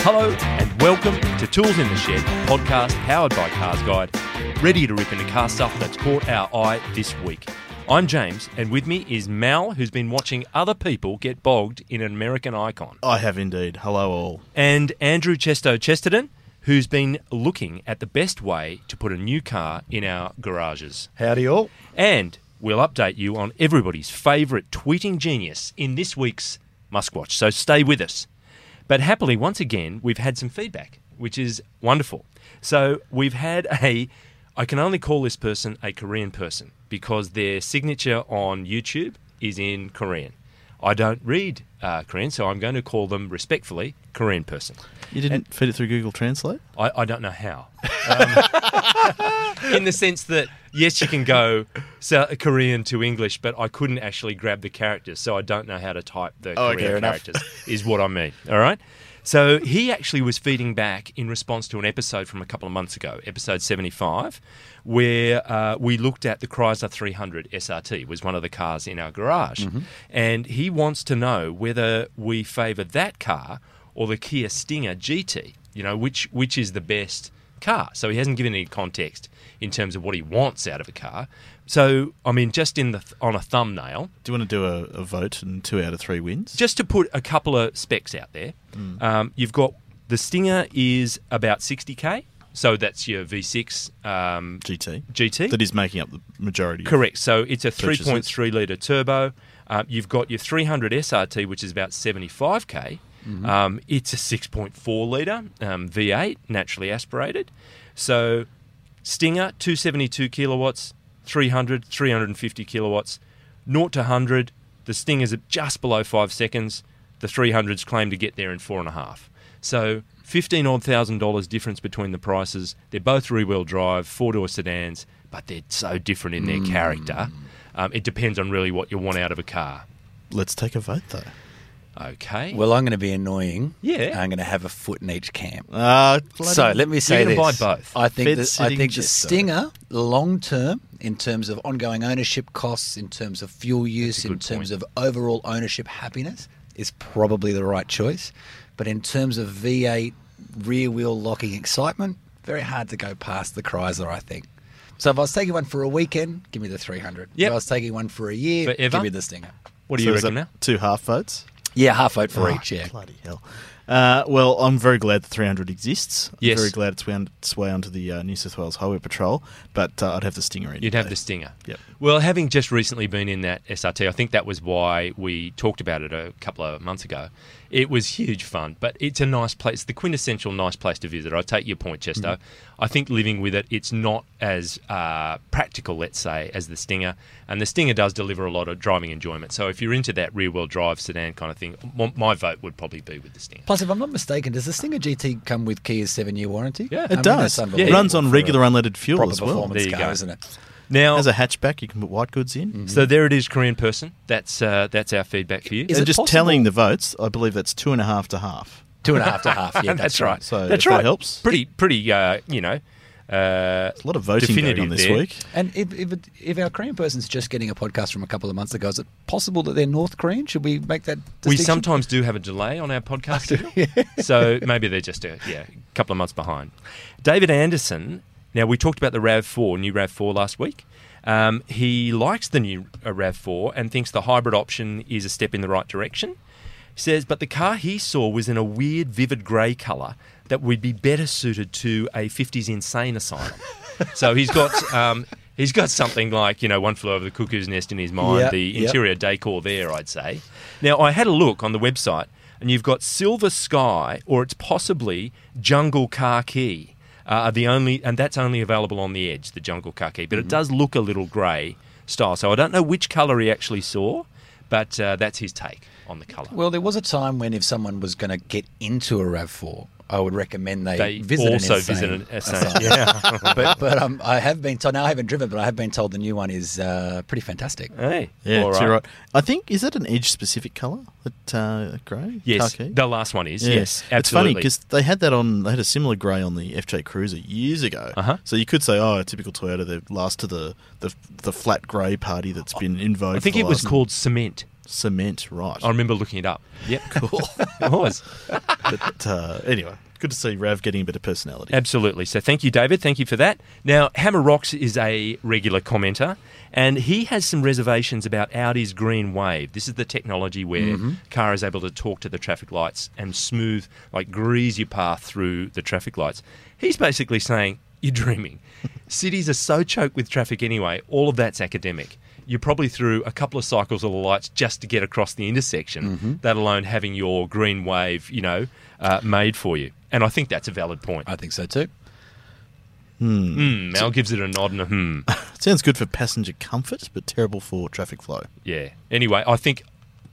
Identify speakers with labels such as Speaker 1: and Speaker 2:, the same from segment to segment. Speaker 1: Hello and welcome to Tools in the Shed podcast powered by Cars Guide, ready to rip into car stuff that's caught our eye this week. I'm James, and with me is Mal, who's been watching other people get bogged in an American icon,
Speaker 2: I have indeed. Hello, all.
Speaker 1: and Andrew Chesto Chesterton, who's been looking at the best way to put a new car in our garages.
Speaker 2: Howdy, all.
Speaker 1: And we'll update you on everybody's favourite tweeting genius in this week's Muskwatch. So stay with us. But happily, once again, we've had some feedback, which is wonderful. So we've had a, I can only call this person a Korean person because their signature on YouTube is in Korean. I don't read uh, Korean, so I'm going to call them respectfully Korean person.
Speaker 2: You didn't feed it through Google Translate?
Speaker 1: I, I don't know how. Um, in the sense that, yes, you can go South Korean to English, but I couldn't actually grab the characters, so I don't know how to type the
Speaker 2: Oh, okay, fair
Speaker 1: Korean
Speaker 2: enough.
Speaker 1: characters, is what I mean. All right? So he actually was feeding back in response to an episode from a couple of months ago, episode 75, where uh, we looked at the Chrysler 300 SRT, was one of the cars in our garage. And he wants to know whether we favour that car or the Kia Stinger GT. You know, which which is the best car? So he hasn't given any context in terms of what he wants out of a car. So I mean, just in the th- on a thumbnail,
Speaker 2: Do you want to do a, a vote and two out of three wins?
Speaker 1: just to put a couple of specs out there, um, you've got the Stinger is about sixty k. So that's your V6 um,
Speaker 2: GT.
Speaker 1: GT.
Speaker 2: That is making up the majority. of-
Speaker 1: Correct. So it's a
Speaker 2: Purchases.
Speaker 1: 3.3 litre turbo. Um, you've got your 300 SRT, which is about 75k. Um, it's a 6.4 litre um, V8, naturally aspirated. So Stinger, 272 kilowatts, 300, 350 kilowatts, 0 to 100. The Stinger's at just below five seconds. The 300's claim to get there in four and a half. So fifteen odd thousand dollars difference between the prices. They're both three-wheel drive, four-door sedans, but they're so different in
Speaker 2: Mm.
Speaker 1: their character. Um, it depends on really what you want out of a car.
Speaker 2: Let's take a vote, though.
Speaker 1: Okay.
Speaker 3: Well, I'm going to be annoying.
Speaker 1: Yeah.
Speaker 3: I'm going to have a foot in each camp.
Speaker 2: Uh,
Speaker 3: so let me say
Speaker 1: you're gonna
Speaker 3: this.
Speaker 1: buy both.
Speaker 3: I think
Speaker 2: Fed
Speaker 3: that, I
Speaker 2: sitting
Speaker 3: think the
Speaker 2: chest, though.
Speaker 3: Stinger, long term, in terms of ongoing ownership costs, in terms of fuel use, in
Speaker 1: good
Speaker 3: terms
Speaker 1: point.
Speaker 3: of overall ownership happiness, is probably the right choice. But in terms of V8 rear wheel locking excitement, very hard to go past the Chrysler, I think. So if I was taking one for a weekend, give me the 300.
Speaker 1: Yep.
Speaker 3: If I was taking one for a year,
Speaker 1: Forever?
Speaker 3: give me the Stinger.
Speaker 1: what do
Speaker 2: So
Speaker 1: you
Speaker 2: there's
Speaker 1: reckon
Speaker 2: a-
Speaker 1: now?
Speaker 2: Two half votes.
Speaker 3: Yeah, half vote for each,
Speaker 2: Oh,
Speaker 3: yeah.
Speaker 2: Bloody hell. Uh, well, I'm very glad the 300 exists. I'm
Speaker 1: Yes.
Speaker 2: very glad it's wound its way onto the uh, New South Wales Highway Patrol, but uh, I'd have the Stinger in.
Speaker 1: You'd have the Stinger.
Speaker 2: Yep.
Speaker 1: Well, having just recently been in that SRT, I think that was why we talked about it a couple of months ago. It was huge fun, but it's a nice place, the quintessential nice place to visit. I take your point, Chester.
Speaker 2: Mm-hmm.
Speaker 1: I think living with it, it's not as uh, practical, let's say, as the Stinger. And the Stinger does deliver a lot of driving enjoyment. So if you're into that rear wheel drive sedan kind of thing, m- my vote would probably be with the Stinger.
Speaker 3: Plus, if I'm not mistaken, does the Stinger GT come with Kia's seven-year warranty?
Speaker 1: Yeah. It
Speaker 2: It does.
Speaker 3: that's
Speaker 2: it
Speaker 3: unbelievable
Speaker 2: runs on
Speaker 3: for
Speaker 2: regular
Speaker 3: a
Speaker 2: unleaded fuel
Speaker 3: proper
Speaker 2: as well.
Speaker 3: performance
Speaker 1: There you
Speaker 3: car,
Speaker 1: go.
Speaker 3: isn't it?
Speaker 1: Now,
Speaker 2: As a hatchback, you can put white goods in.
Speaker 1: so there it is, Korean person. That's uh, that's our feedback for you.
Speaker 3: Is
Speaker 2: and
Speaker 3: it
Speaker 2: just
Speaker 3: possible-
Speaker 2: telling the votes, I believe that's two and a half to half.
Speaker 3: Two and a half to half. Yeah,
Speaker 1: that's, right.
Speaker 2: So
Speaker 1: that's
Speaker 2: if that
Speaker 1: right.
Speaker 2: helps.
Speaker 1: Pretty, pretty. Uh, you know, uh,
Speaker 2: A lot of voting going
Speaker 1: Definitive
Speaker 2: on this
Speaker 1: there.
Speaker 2: week.
Speaker 3: And if if, it, if our Korean person's just getting a podcast from a couple of months ago, is it possible that they're North Korean? Should we make that?
Speaker 1: we
Speaker 3: distinction?
Speaker 1: sometimes do have a delay on our podcast, so maybe they're just a yeah, couple of months behind. David Anderson. Now we talked about the Rav Four, new Rav Four last week. Um, he likes the new uh, Rav Four and thinks the hybrid option is a step in the right direction. He says, but the car he saw was in a weird, vivid grey colour that would be better suited to a '50s insane asylum. so he's got. Um, He's got something like, you know, One Flew Over the Cuckoo's Nest in his mind,
Speaker 3: Yeah,
Speaker 1: the
Speaker 3: yeah.
Speaker 1: interior interior decor there, I'd say. Now, I had a look on the website, and you've got Silver Sky, or it's possibly Jungle Car Key. Uh, are the only, and that's only available on the edge, the Jungle Car Key. But it does look a little grey style, so I don't know which colour he actually saw, but uh, that's his take on the colour.
Speaker 3: Well, there was a time when if someone was going to get into a Rav Four, I would recommend they,
Speaker 1: They
Speaker 3: visit
Speaker 1: also
Speaker 3: an insane
Speaker 1: visit an insane-
Speaker 3: asylum. but but um, I have been told. Now I haven't driven, but I have been told the new one is uh, pretty fantastic.
Speaker 1: hey,
Speaker 2: Yeah,
Speaker 1: all
Speaker 2: it's
Speaker 1: right.
Speaker 2: all right. I think is that an edge specific colour? That uh, grey?
Speaker 1: Yes,
Speaker 2: khaki?
Speaker 1: the last one is.
Speaker 2: Yeah.
Speaker 1: Yes, absolutely.
Speaker 2: It's funny because they had that on. They had a similar grey on the FJ Cruiser years ago.
Speaker 1: Uh-huh.
Speaker 2: So you could say, oh, a typical Toyota. They're last to the the, the flat grey party that's been in vogue.
Speaker 1: I think
Speaker 2: for
Speaker 1: it
Speaker 2: the
Speaker 1: was
Speaker 2: last-
Speaker 1: called Cement.
Speaker 2: Cement, right.
Speaker 1: I remember looking it up. Yep,
Speaker 2: cool.
Speaker 1: it was.
Speaker 2: but uh, anyway, good to see Rav getting a bit of personality.
Speaker 1: Absolutely. So thank you, David. Thank you for that. Now, Hammer Rocks is a regular commenter, and he has some reservations about Audi's Green Wave. This is the technology where car is able to talk to the traffic lights and smooth, like grease your path through the traffic lights. He's basically saying, you're dreaming. Cities are so choked with traffic anyway, all of that's academic. You're probably through a couple of cycles of the lights just to get across the intersection, that alone having your green wave, you know, uh, made for you. And I think that's a valid point.
Speaker 3: I think so too.
Speaker 1: Mm, Mal gives it a nod and a hmm.
Speaker 2: Sounds good for passenger comfort, but terrible for traffic flow.
Speaker 1: Yeah. Anyway, I think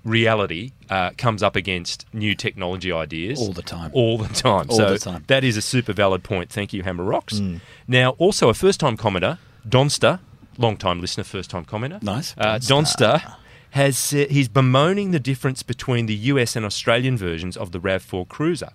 Speaker 1: reality uh, comes up against new technology ideas
Speaker 3: All the time.
Speaker 1: All the time.
Speaker 3: All
Speaker 1: so
Speaker 3: the time.
Speaker 1: That is a super valid point. Thank you, Hammer Rocks.
Speaker 2: Hmm.
Speaker 1: Now, also a first time commenter, Donster, long time listener, first time commenter.
Speaker 3: Nice.
Speaker 1: Uh, Donster has said he's bemoaning the difference between the US and Australian versions of the Rav4 Cruiser.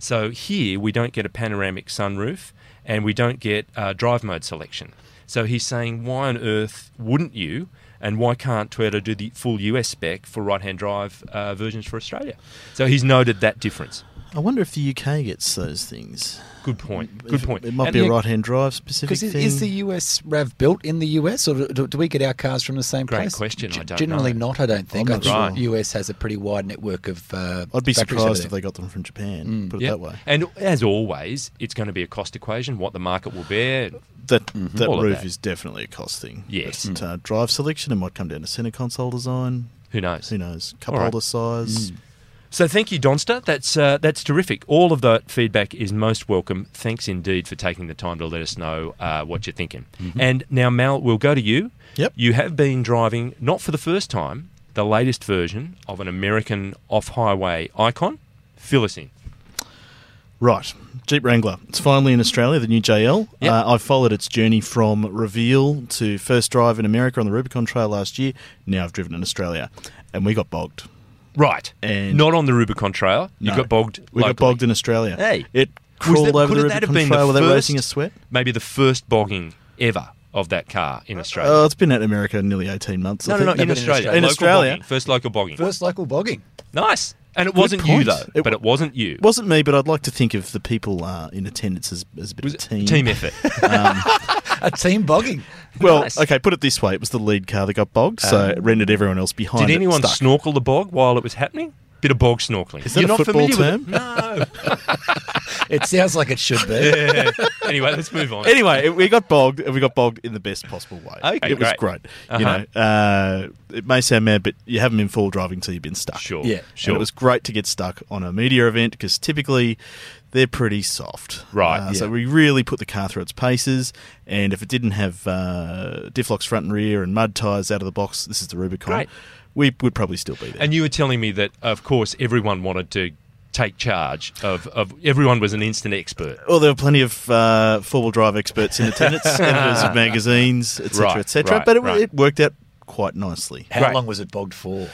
Speaker 1: So here we don't get a panoramic sunroof and we don't get uh, drive mode selection. So he's saying, why on earth wouldn't you? And why can't Toyota do the full US spec for right hand drive uh, versions for Australia? So he's noted that difference.
Speaker 2: I wonder if the UK gets those things.
Speaker 1: Good point. Good
Speaker 2: If-
Speaker 1: point.
Speaker 2: It might
Speaker 1: And
Speaker 2: be a
Speaker 1: the-
Speaker 2: right-hand drive specific
Speaker 3: Because is,
Speaker 2: thing.
Speaker 3: is the US Rav built in the US, or do, do we get our cars from the same
Speaker 1: Great
Speaker 3: place?
Speaker 1: question, I don't
Speaker 3: generally
Speaker 1: know.
Speaker 3: not. I don't think.
Speaker 2: I'm
Speaker 3: I
Speaker 2: not
Speaker 3: think
Speaker 1: sure.
Speaker 3: the US has a pretty wide network of. Uh,
Speaker 2: I'd be
Speaker 3: factories
Speaker 2: surprised
Speaker 3: over
Speaker 2: if
Speaker 3: there.
Speaker 2: they got them from Japan. Put it
Speaker 1: Yeah.
Speaker 2: that way.
Speaker 1: And as always, it's going to be a cost equation, what the market will bear.
Speaker 2: That that
Speaker 1: All of
Speaker 2: roof
Speaker 1: that.
Speaker 2: is definitely a cost thing.
Speaker 1: Yes.
Speaker 2: But, uh, drive selection. It might come down to center console design.
Speaker 1: Who knows?
Speaker 2: Who knows? Cup
Speaker 1: All right.
Speaker 2: holder size.
Speaker 1: Mm. So thank you, Donster. That's uh, that's terrific. All of that feedback is most welcome. Thanks indeed for taking the time to let us know uh, what you're thinking. And now, Mal, we'll go to you.
Speaker 2: Mm-hmm. Yep.
Speaker 1: You have been driving, not for the first time, the latest version of an American off-highway icon. Fill us in.
Speaker 2: Right. Jeep Wrangler. It's finally in Australia, the new JL.
Speaker 1: Yep.
Speaker 2: Uh, I followed its journey from reveal to first drive in America on the Rubicon Trail last year. Now I've driven in Australia, and we got bogged.
Speaker 1: Right.
Speaker 2: And-
Speaker 1: not on the Rubicon Trail. You
Speaker 2: No.
Speaker 1: got bogged.
Speaker 2: We
Speaker 1: locally.
Speaker 2: got bogged in Australia.
Speaker 1: Hey.
Speaker 2: it
Speaker 1: Was
Speaker 2: crawled
Speaker 1: that-
Speaker 2: over the
Speaker 1: couldn't that have
Speaker 2: Rubicon
Speaker 1: been the
Speaker 2: Trail without
Speaker 1: first-
Speaker 2: racing a sweat.
Speaker 1: Maybe the first bogging ever of that car in Australia.
Speaker 2: Oh, it's been at America nearly eighteen months.
Speaker 1: no,
Speaker 2: I
Speaker 1: no, no,
Speaker 2: think.
Speaker 1: in
Speaker 3: but in
Speaker 1: Australia.
Speaker 3: Australia.
Speaker 2: In
Speaker 1: Local
Speaker 2: Australia.
Speaker 1: bogging. First local bogging.
Speaker 3: First local bogging.
Speaker 1: Nice. And it wasn't you,
Speaker 2: point.
Speaker 1: though.
Speaker 2: It
Speaker 1: but
Speaker 2: wa-
Speaker 1: it wasn't you.
Speaker 2: It wasn't me, but I'd like to think of the people uh, in attendance as, as a bit
Speaker 1: was
Speaker 2: of a
Speaker 1: team.
Speaker 2: team.
Speaker 1: team effort.
Speaker 3: A team bogging.
Speaker 2: Well,
Speaker 1: Nice. Ah.
Speaker 2: okay, put it this way: it was the lead car that got bogged, so it rendered everyone else behind.
Speaker 1: Did
Speaker 2: it
Speaker 1: anyone
Speaker 2: stuck.
Speaker 1: snorkel the bog while it was happening? Bit of bog snorkeling.
Speaker 2: Is that
Speaker 1: You're
Speaker 2: a
Speaker 1: not
Speaker 2: football
Speaker 1: familiar
Speaker 2: term?
Speaker 1: with it?
Speaker 3: It sounds like it should be.
Speaker 1: No. anyway, let's move on.
Speaker 2: Anyway, it- we got bogged, and we got bogged in the best possible way.
Speaker 1: Okay,
Speaker 2: it was
Speaker 1: great.
Speaker 2: great. You
Speaker 1: Uh-huh.
Speaker 2: know, uh, it may sound mad, but you haven't been full driving till you've been stuck.
Speaker 1: Sure.
Speaker 3: Yeah.
Speaker 1: Sure.
Speaker 2: And it was great to get stuck on a media event because typically they're pretty soft.
Speaker 1: Right,
Speaker 2: Uh,
Speaker 1: yeah.
Speaker 2: So we really put the car through its paces. And if it didn't have uh, diff locks front and rear and mud tyres out of the box, this is the Rubicon,
Speaker 1: Great.
Speaker 2: we would probably still be there.
Speaker 1: and you were telling me that, of course, everyone wanted to take charge of, of everyone was an instant expert.
Speaker 2: well, there were plenty of uh, four-wheel drive experts in attendance, editors of magazines, etc.,
Speaker 1: Right,
Speaker 2: etc.
Speaker 1: right,
Speaker 2: but it,
Speaker 1: right.
Speaker 2: it worked out quite nicely.
Speaker 3: How
Speaker 1: Great.
Speaker 3: long was it bogged for?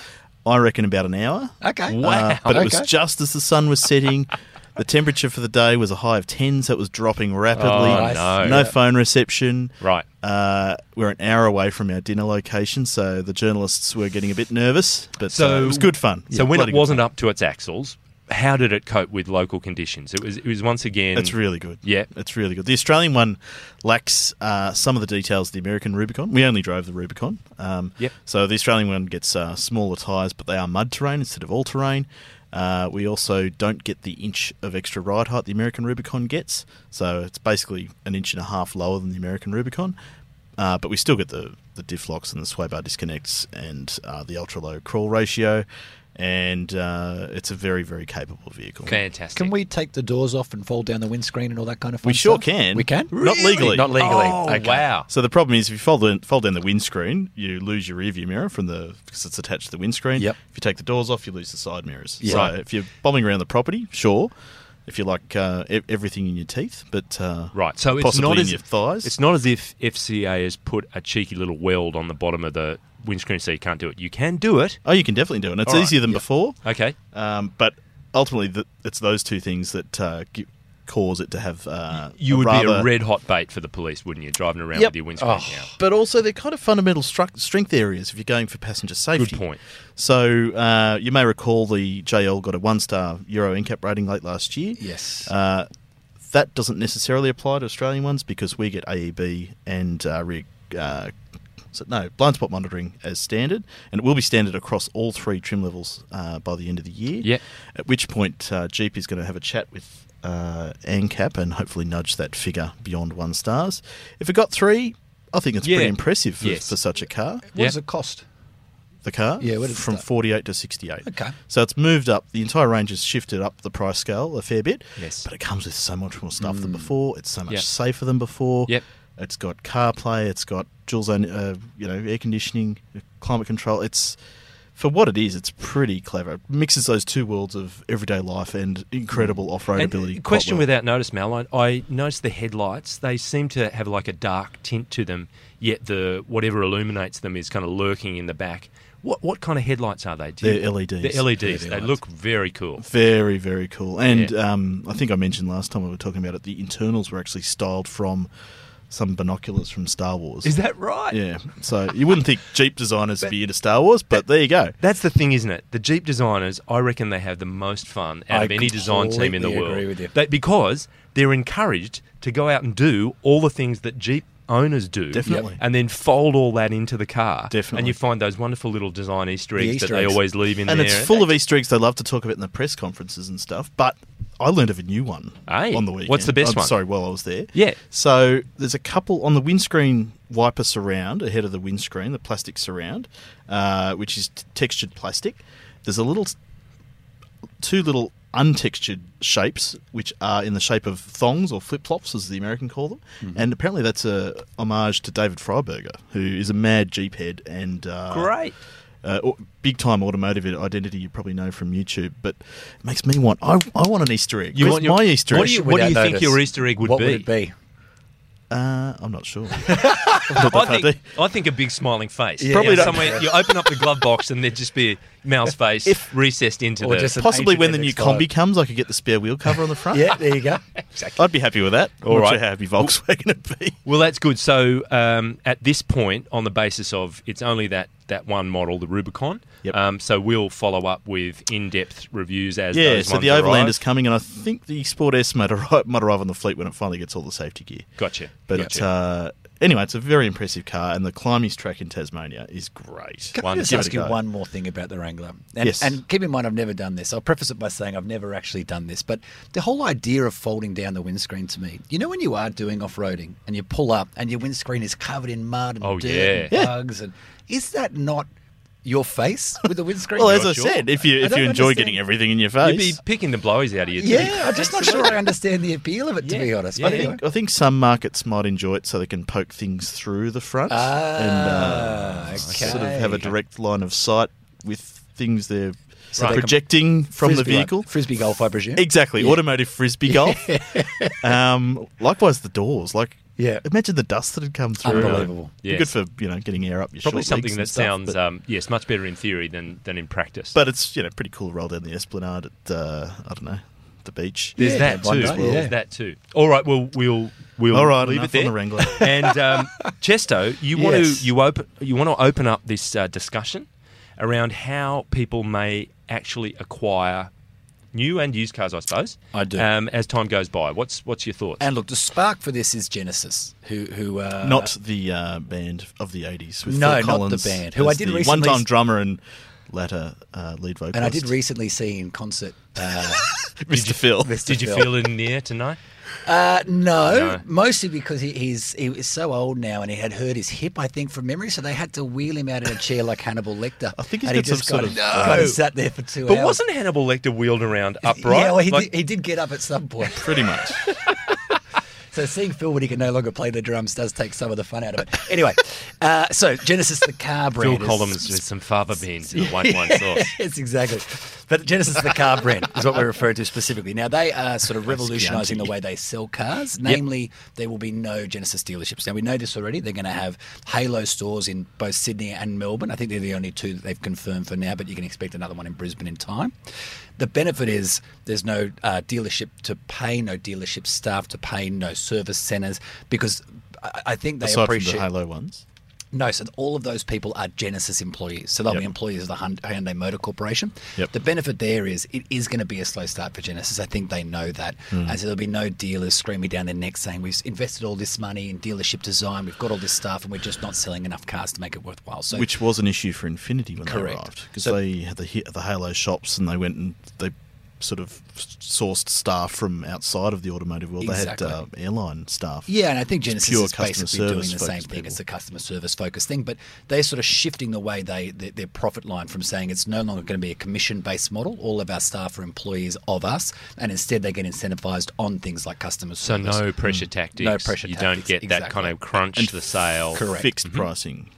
Speaker 2: I reckon about an hour.
Speaker 3: Okay. Uh,
Speaker 1: Wow.
Speaker 2: Uh, but it
Speaker 3: Okay.
Speaker 2: was just as the sun was setting. the temperature for the day was a high of 10, so it was dropping rapidly.
Speaker 1: Oh,
Speaker 3: Nice.
Speaker 1: no.
Speaker 2: No phone reception.
Speaker 1: Right.
Speaker 2: Uh, we're an hour away from our dinner location, so the journalists were getting a bit nervous, but
Speaker 1: So-
Speaker 2: uh, it was good fun.
Speaker 1: So
Speaker 2: Yeah,
Speaker 1: when
Speaker 2: bloody
Speaker 1: it
Speaker 2: good
Speaker 1: wasn't
Speaker 2: fun.
Speaker 1: up to its axles, how did it cope with local conditions? It was it was once again
Speaker 2: It's really good.
Speaker 1: Yeah.
Speaker 2: It's really good. The Australian one lacks uh, some of the details of the American Rubicon. We only drove the Rubicon. Um,
Speaker 1: Yep.
Speaker 2: So the Australian one gets uh, smaller tyres, but they are mud terrain instead of all terrain. Uh, we also don't get the inch of extra ride height the American Rubicon gets. So it's basically an inch and a half lower than the American Rubicon. Uh, but we still get the, the diff locks and the sway bar disconnects and uh, the ultra low crawl ratio. And uh, it's a very, very capable vehicle.
Speaker 1: fantastic.
Speaker 3: Can we take the doors off and fold down the windscreen and all that kind of fun
Speaker 2: We sure
Speaker 3: stuff?
Speaker 2: can.
Speaker 3: We can?
Speaker 2: Not legally.
Speaker 3: Not legally.
Speaker 1: Oh,
Speaker 3: Okay.
Speaker 1: wow.
Speaker 2: So the problem is, if you fold, in, fold down the windscreen, you lose your rearview mirror from the because it's attached to the windscreen.
Speaker 3: Yep.
Speaker 2: If you take the doors off, you lose the side mirrors.
Speaker 3: Yeah.
Speaker 2: So if you're bombing around the property, sure. If you like uh, e- everything in your teeth, but uh,
Speaker 1: Right, so it's
Speaker 2: possibly
Speaker 1: not
Speaker 2: in
Speaker 1: as-
Speaker 2: your thighs.
Speaker 1: It's not as if FCA has put a cheeky little weld on the bottom of the windscreen so you can't do it. You can do it.
Speaker 2: oh, you can definitely do it. And it's
Speaker 1: All right,
Speaker 2: easier than
Speaker 1: yeah.
Speaker 2: before.
Speaker 1: Okay.
Speaker 2: Um, but ultimately, the, it's those two things that uh, gi- cause it to have. Uh,
Speaker 1: You would be
Speaker 2: rather-
Speaker 1: a red hot bait for the police, wouldn't you? Driving around
Speaker 2: Yep.
Speaker 1: with your windscreen
Speaker 3: Oh.
Speaker 1: now.
Speaker 2: But also, they're kind of fundamental stru- strength areas if you're going for passenger safety.
Speaker 1: point.
Speaker 2: So uh, you may recall the JL got a one-star Euro NCAP rating late last year.
Speaker 3: Yes.
Speaker 2: Uh, that doesn't necessarily apply to Australian ones because we get AEB and uh, rear. Uh, so no, blind spot monitoring as standard, and it will be standard across all three trim levels uh, by the end of the year.
Speaker 1: Yep.
Speaker 2: At which point, uh, Jeep is going to have a chat with uh, ANCAP and hopefully nudge that figure beyond one stars. If it got three, I think it's
Speaker 1: Yeah.
Speaker 2: pretty impressive for,
Speaker 1: Yes.
Speaker 2: for such a car.
Speaker 3: what does
Speaker 1: yeah.
Speaker 3: it cost?
Speaker 2: The car?
Speaker 3: Yeah, what is
Speaker 2: From
Speaker 3: that?
Speaker 2: 48 to 68.
Speaker 3: Okay.
Speaker 2: So it's moved up. The entire range has shifted up the price scale a fair bit.
Speaker 1: Yes. Mm.
Speaker 2: But it comes with so much more stuff than before. It's so much
Speaker 1: Yep.
Speaker 2: safer than before.
Speaker 1: Yep.
Speaker 2: It's got CarPlay. It's got dual zone, uh, you know, air conditioning, climate control. It's, for what it is, it's pretty clever. It mixes those two worlds of everyday life and incredible off-road
Speaker 1: Mm. And uh,
Speaker 2: ability. quite
Speaker 1: question
Speaker 2: well.
Speaker 1: without notice, Mal. I, I noticed the headlights; they seem to have like a dark tint to them. Yet the whatever illuminates them is kind of lurking in the back. What what kind of headlights are they? Do
Speaker 2: They're E LEDs.
Speaker 1: They're LEDs.
Speaker 3: LED
Speaker 1: They
Speaker 3: lights.
Speaker 1: look very cool.
Speaker 2: Very, very cool. And
Speaker 1: Yeah.
Speaker 2: um, I think I mentioned last time we were talking about it, the internals were actually styled from some binoculars from Star Wars.
Speaker 1: Is that right?
Speaker 2: Yeah. So you wouldn't think Jeep designers would be into Star Wars, but there you go.
Speaker 1: That's the thing, isn't it? The Jeep designers, I reckon they have the most fun out
Speaker 3: I
Speaker 1: of any design team in the
Speaker 3: completely
Speaker 1: world.
Speaker 3: agree with you.
Speaker 1: They- because they're encouraged to go out and do all the things that Jeep owners do.
Speaker 2: Definitely.
Speaker 1: And then fold all that into the car.
Speaker 2: Definitely.
Speaker 1: And you find those wonderful little design Easter
Speaker 3: The
Speaker 1: eggs
Speaker 3: Easter
Speaker 1: that they
Speaker 3: eggs.
Speaker 1: always leave in
Speaker 2: And
Speaker 1: there.
Speaker 2: it's full of Easter eggs. They love to talk about in the press conferences and stuff. But I learned of a new one
Speaker 1: Aye.
Speaker 2: on the weekend.
Speaker 1: What's the best
Speaker 2: I'm
Speaker 1: one?
Speaker 2: Sorry, while I was there.
Speaker 1: Yeah.
Speaker 2: So there's a couple on the windscreen wiper surround ahead of the windscreen, the plastic surround, uh, which is t- textured plastic. There's a little, two little untextured shapes which are in the shape of thongs or flip flops, as the American call them.
Speaker 1: Mm-hmm.
Speaker 2: And apparently that's a homage to David Freiberger, who is a mad Jeep head and uh,
Speaker 1: Great.
Speaker 2: uh, big time automotive identity you probably know from YouTube, but it makes me want I, I want an Easter egg. Where's
Speaker 1: your-
Speaker 2: my Easter egg?
Speaker 1: What do you, what do you
Speaker 3: Without
Speaker 1: think
Speaker 3: notice.
Speaker 1: your Easter egg would
Speaker 3: what
Speaker 1: be?
Speaker 3: would it be?
Speaker 2: uh, I'm not sure.
Speaker 1: I think, I think a big smiling face.
Speaker 3: Yeah,
Speaker 2: Probably
Speaker 1: You know,
Speaker 2: don't-
Speaker 1: somewhere you open up the glove box and there'd just be Mal's face
Speaker 2: If-
Speaker 1: recessed into
Speaker 3: Or
Speaker 1: the
Speaker 3: just a-
Speaker 2: Possibly when the new
Speaker 3: Agent
Speaker 2: combi
Speaker 3: NX5.
Speaker 2: comes, I could get the spare wheel cover on the front.
Speaker 3: Yeah, there you go. exactly.
Speaker 2: I'd be happy with that.
Speaker 1: All
Speaker 2: All right,
Speaker 1: right.
Speaker 2: how happy Volkswagen would be.
Speaker 1: Well, that's good. So um, at this point, on the basis of it's only that, that one model, the Rubicon.
Speaker 2: Yep.
Speaker 1: Um, so we'll follow up with in-depth reviews as
Speaker 2: Yeah,
Speaker 1: those
Speaker 2: so the
Speaker 1: ones
Speaker 2: Overland
Speaker 1: arrive.
Speaker 2: is coming, and I think the Sport S might arrive, might arrive on the fleet when it finally gets all the safety gear.
Speaker 1: Gotcha.
Speaker 2: But
Speaker 1: gotcha.
Speaker 2: uh, anyway, it's a very impressive car, and the climbing's track in Tasmania is great.
Speaker 3: Can I
Speaker 1: One-
Speaker 3: just
Speaker 1: give
Speaker 2: it
Speaker 3: ask
Speaker 2: a
Speaker 3: you
Speaker 2: go.
Speaker 3: one more thing about the Wrangler? And,
Speaker 2: Yes.
Speaker 3: and keep in mind, I've never done this. I'll preface it by saying I've never actually done this, but the whole idea of folding down the windscreen to me, you know, when you are doing off roading and you pull up and your windscreen is covered in mud and
Speaker 1: Oh,
Speaker 3: dirt and
Speaker 1: yeah.
Speaker 2: Yeah.
Speaker 3: bugs, and is that not your face with the windscreen?
Speaker 2: Well, as I
Speaker 1: sure.
Speaker 2: said, if you
Speaker 3: I
Speaker 2: if you
Speaker 3: don't
Speaker 2: enjoy
Speaker 3: understand.
Speaker 2: getting everything in your
Speaker 1: You'd
Speaker 2: face,
Speaker 1: be picking the blowies out of your teeth.
Speaker 3: yeah, I'm just not sure I understand the appeal of it, to
Speaker 1: Yeah.
Speaker 3: be honest.
Speaker 1: Yeah,
Speaker 3: But
Speaker 1: yeah.
Speaker 3: anyway.
Speaker 2: I think some markets might enjoy it so they can poke things through the front
Speaker 3: Ah,
Speaker 2: and uh,
Speaker 3: okay.
Speaker 2: sort of have a direct line of sight with things they're
Speaker 1: So they can-
Speaker 2: projecting from the
Speaker 3: Frisbee one.
Speaker 2: vehicle.
Speaker 3: Frisbee golf, I presume.
Speaker 2: Exactly, automotive frisbee golf. um, likewise, the doors. Like,
Speaker 3: Yeah.
Speaker 2: imagine the dust that had come through.
Speaker 3: Unbelievable.
Speaker 2: Be
Speaker 1: Yes.
Speaker 2: Good for you know getting air up your
Speaker 1: Probably
Speaker 2: short legs
Speaker 1: something
Speaker 2: and
Speaker 1: that
Speaker 2: stuff,
Speaker 1: sounds,
Speaker 2: but-
Speaker 1: um, yes, much better in theory than, than in practice.
Speaker 2: But it's you know pretty cool to roll down the esplanade at uh, I don't know the beach.
Speaker 1: There's
Speaker 3: Yeah,
Speaker 1: that
Speaker 3: one
Speaker 1: too.
Speaker 3: day, yeah.
Speaker 1: There's that too. All right, well, we'll we'll
Speaker 2: All right,
Speaker 1: leave
Speaker 2: enough
Speaker 1: it there.
Speaker 2: on the Wrangler.
Speaker 1: and um, Chesto, you want
Speaker 2: Yes.
Speaker 1: to you open you want to open up this uh, discussion around how people may actually acquire new and used cars, I suppose.
Speaker 3: I do.
Speaker 1: Um, as time goes by, what's what's your thoughts?
Speaker 3: And look, the spark for this is Genesis, who who uh,
Speaker 2: not the uh, band of the '80s. With
Speaker 3: No,
Speaker 2: Phil
Speaker 3: not the
Speaker 2: Collins
Speaker 3: band, who I
Speaker 2: as
Speaker 3: did
Speaker 2: the
Speaker 3: recently-
Speaker 2: One-time drummer and latter uh, lead vocalist.
Speaker 3: and I did recently see in concert. Uh,
Speaker 2: Mr. Phil.
Speaker 1: Did you feel in the air tonight?
Speaker 3: uh, no,
Speaker 1: No.
Speaker 3: mostly because he, he's he is so old now, and he had hurt his hip, I think, from memory. So they had to wheel him out in a chair like Hannibal Lecter.
Speaker 2: I think he's
Speaker 3: and he
Speaker 2: got some
Speaker 3: just
Speaker 2: sort
Speaker 3: kind of,
Speaker 2: of-
Speaker 3: kind of sat there for two
Speaker 1: uh, But
Speaker 3: hours.
Speaker 1: wasn't Hannibal Lecter wheeled around upright?
Speaker 3: Yeah, well, he,
Speaker 1: Like-
Speaker 3: did, he did get up at some point.
Speaker 2: Pretty much.
Speaker 3: So seeing Phil when he can no longer play the drums does take some of the fun out of it. Anyway, uh, so Genesis, the car brand.
Speaker 1: Phil
Speaker 3: is-
Speaker 1: Collins with some fava beans in a white wine sauce.
Speaker 3: Yes, exactly. But Genesis, the car brand, is what we're referring to specifically. Now, they are sort of revolutionising the way they sell cars. Namely, there will be no Genesis dealerships. Now, we know this already. They're going to have Halo stores in both Sydney and Melbourne. I think they're the only two that they've confirmed for now, but you can expect another one in Brisbane in time. The benefit is there's no uh, dealership to pay, no dealership staff to pay, no service centres, because I I think they
Speaker 2: Aside
Speaker 3: appreciate.
Speaker 2: from the Halo ones.
Speaker 3: No, so all of those people are Genesis employees. So they'll be
Speaker 2: Yep.
Speaker 3: employees of the Hun- Hyundai Motor Corporation.
Speaker 2: Yep.
Speaker 3: The benefit there is it is going to be a slow start for Genesis. I think they know that.
Speaker 2: Hmm.
Speaker 3: And so there'll be no dealers screaming down their neck saying, We've invested all this money in dealership design, we've got all this stuff, and we're just not selling enough cars to make it worthwhile. So
Speaker 2: Which was an issue for Infinity when
Speaker 3: Correct.
Speaker 2: they arrived because
Speaker 3: So-
Speaker 2: they had the hit the Halo shops and they went and they sort of sourced staff from outside of the automotive world. They had uh,
Speaker 3: Exactly.
Speaker 2: airline staff.
Speaker 3: Yeah, and I think Genesis
Speaker 2: pure
Speaker 3: is
Speaker 2: customer
Speaker 3: basically doing the
Speaker 2: service
Speaker 3: same
Speaker 2: focused
Speaker 3: thing. It's
Speaker 2: people.
Speaker 3: the customer service focused thing, but they're sort of shifting the way they their, their profit line from saying it's no longer going to be a commission based model. All of our staff are employees of us, and instead they get incentivized on things like customer
Speaker 1: So
Speaker 3: service.
Speaker 1: no pressure tactics.
Speaker 3: Mm. No pressure
Speaker 1: You don't
Speaker 3: tactics,
Speaker 1: get that
Speaker 3: exactly.
Speaker 1: kind of crunch the sale.
Speaker 3: Correct. Mm-hmm.
Speaker 2: Fixed pricing.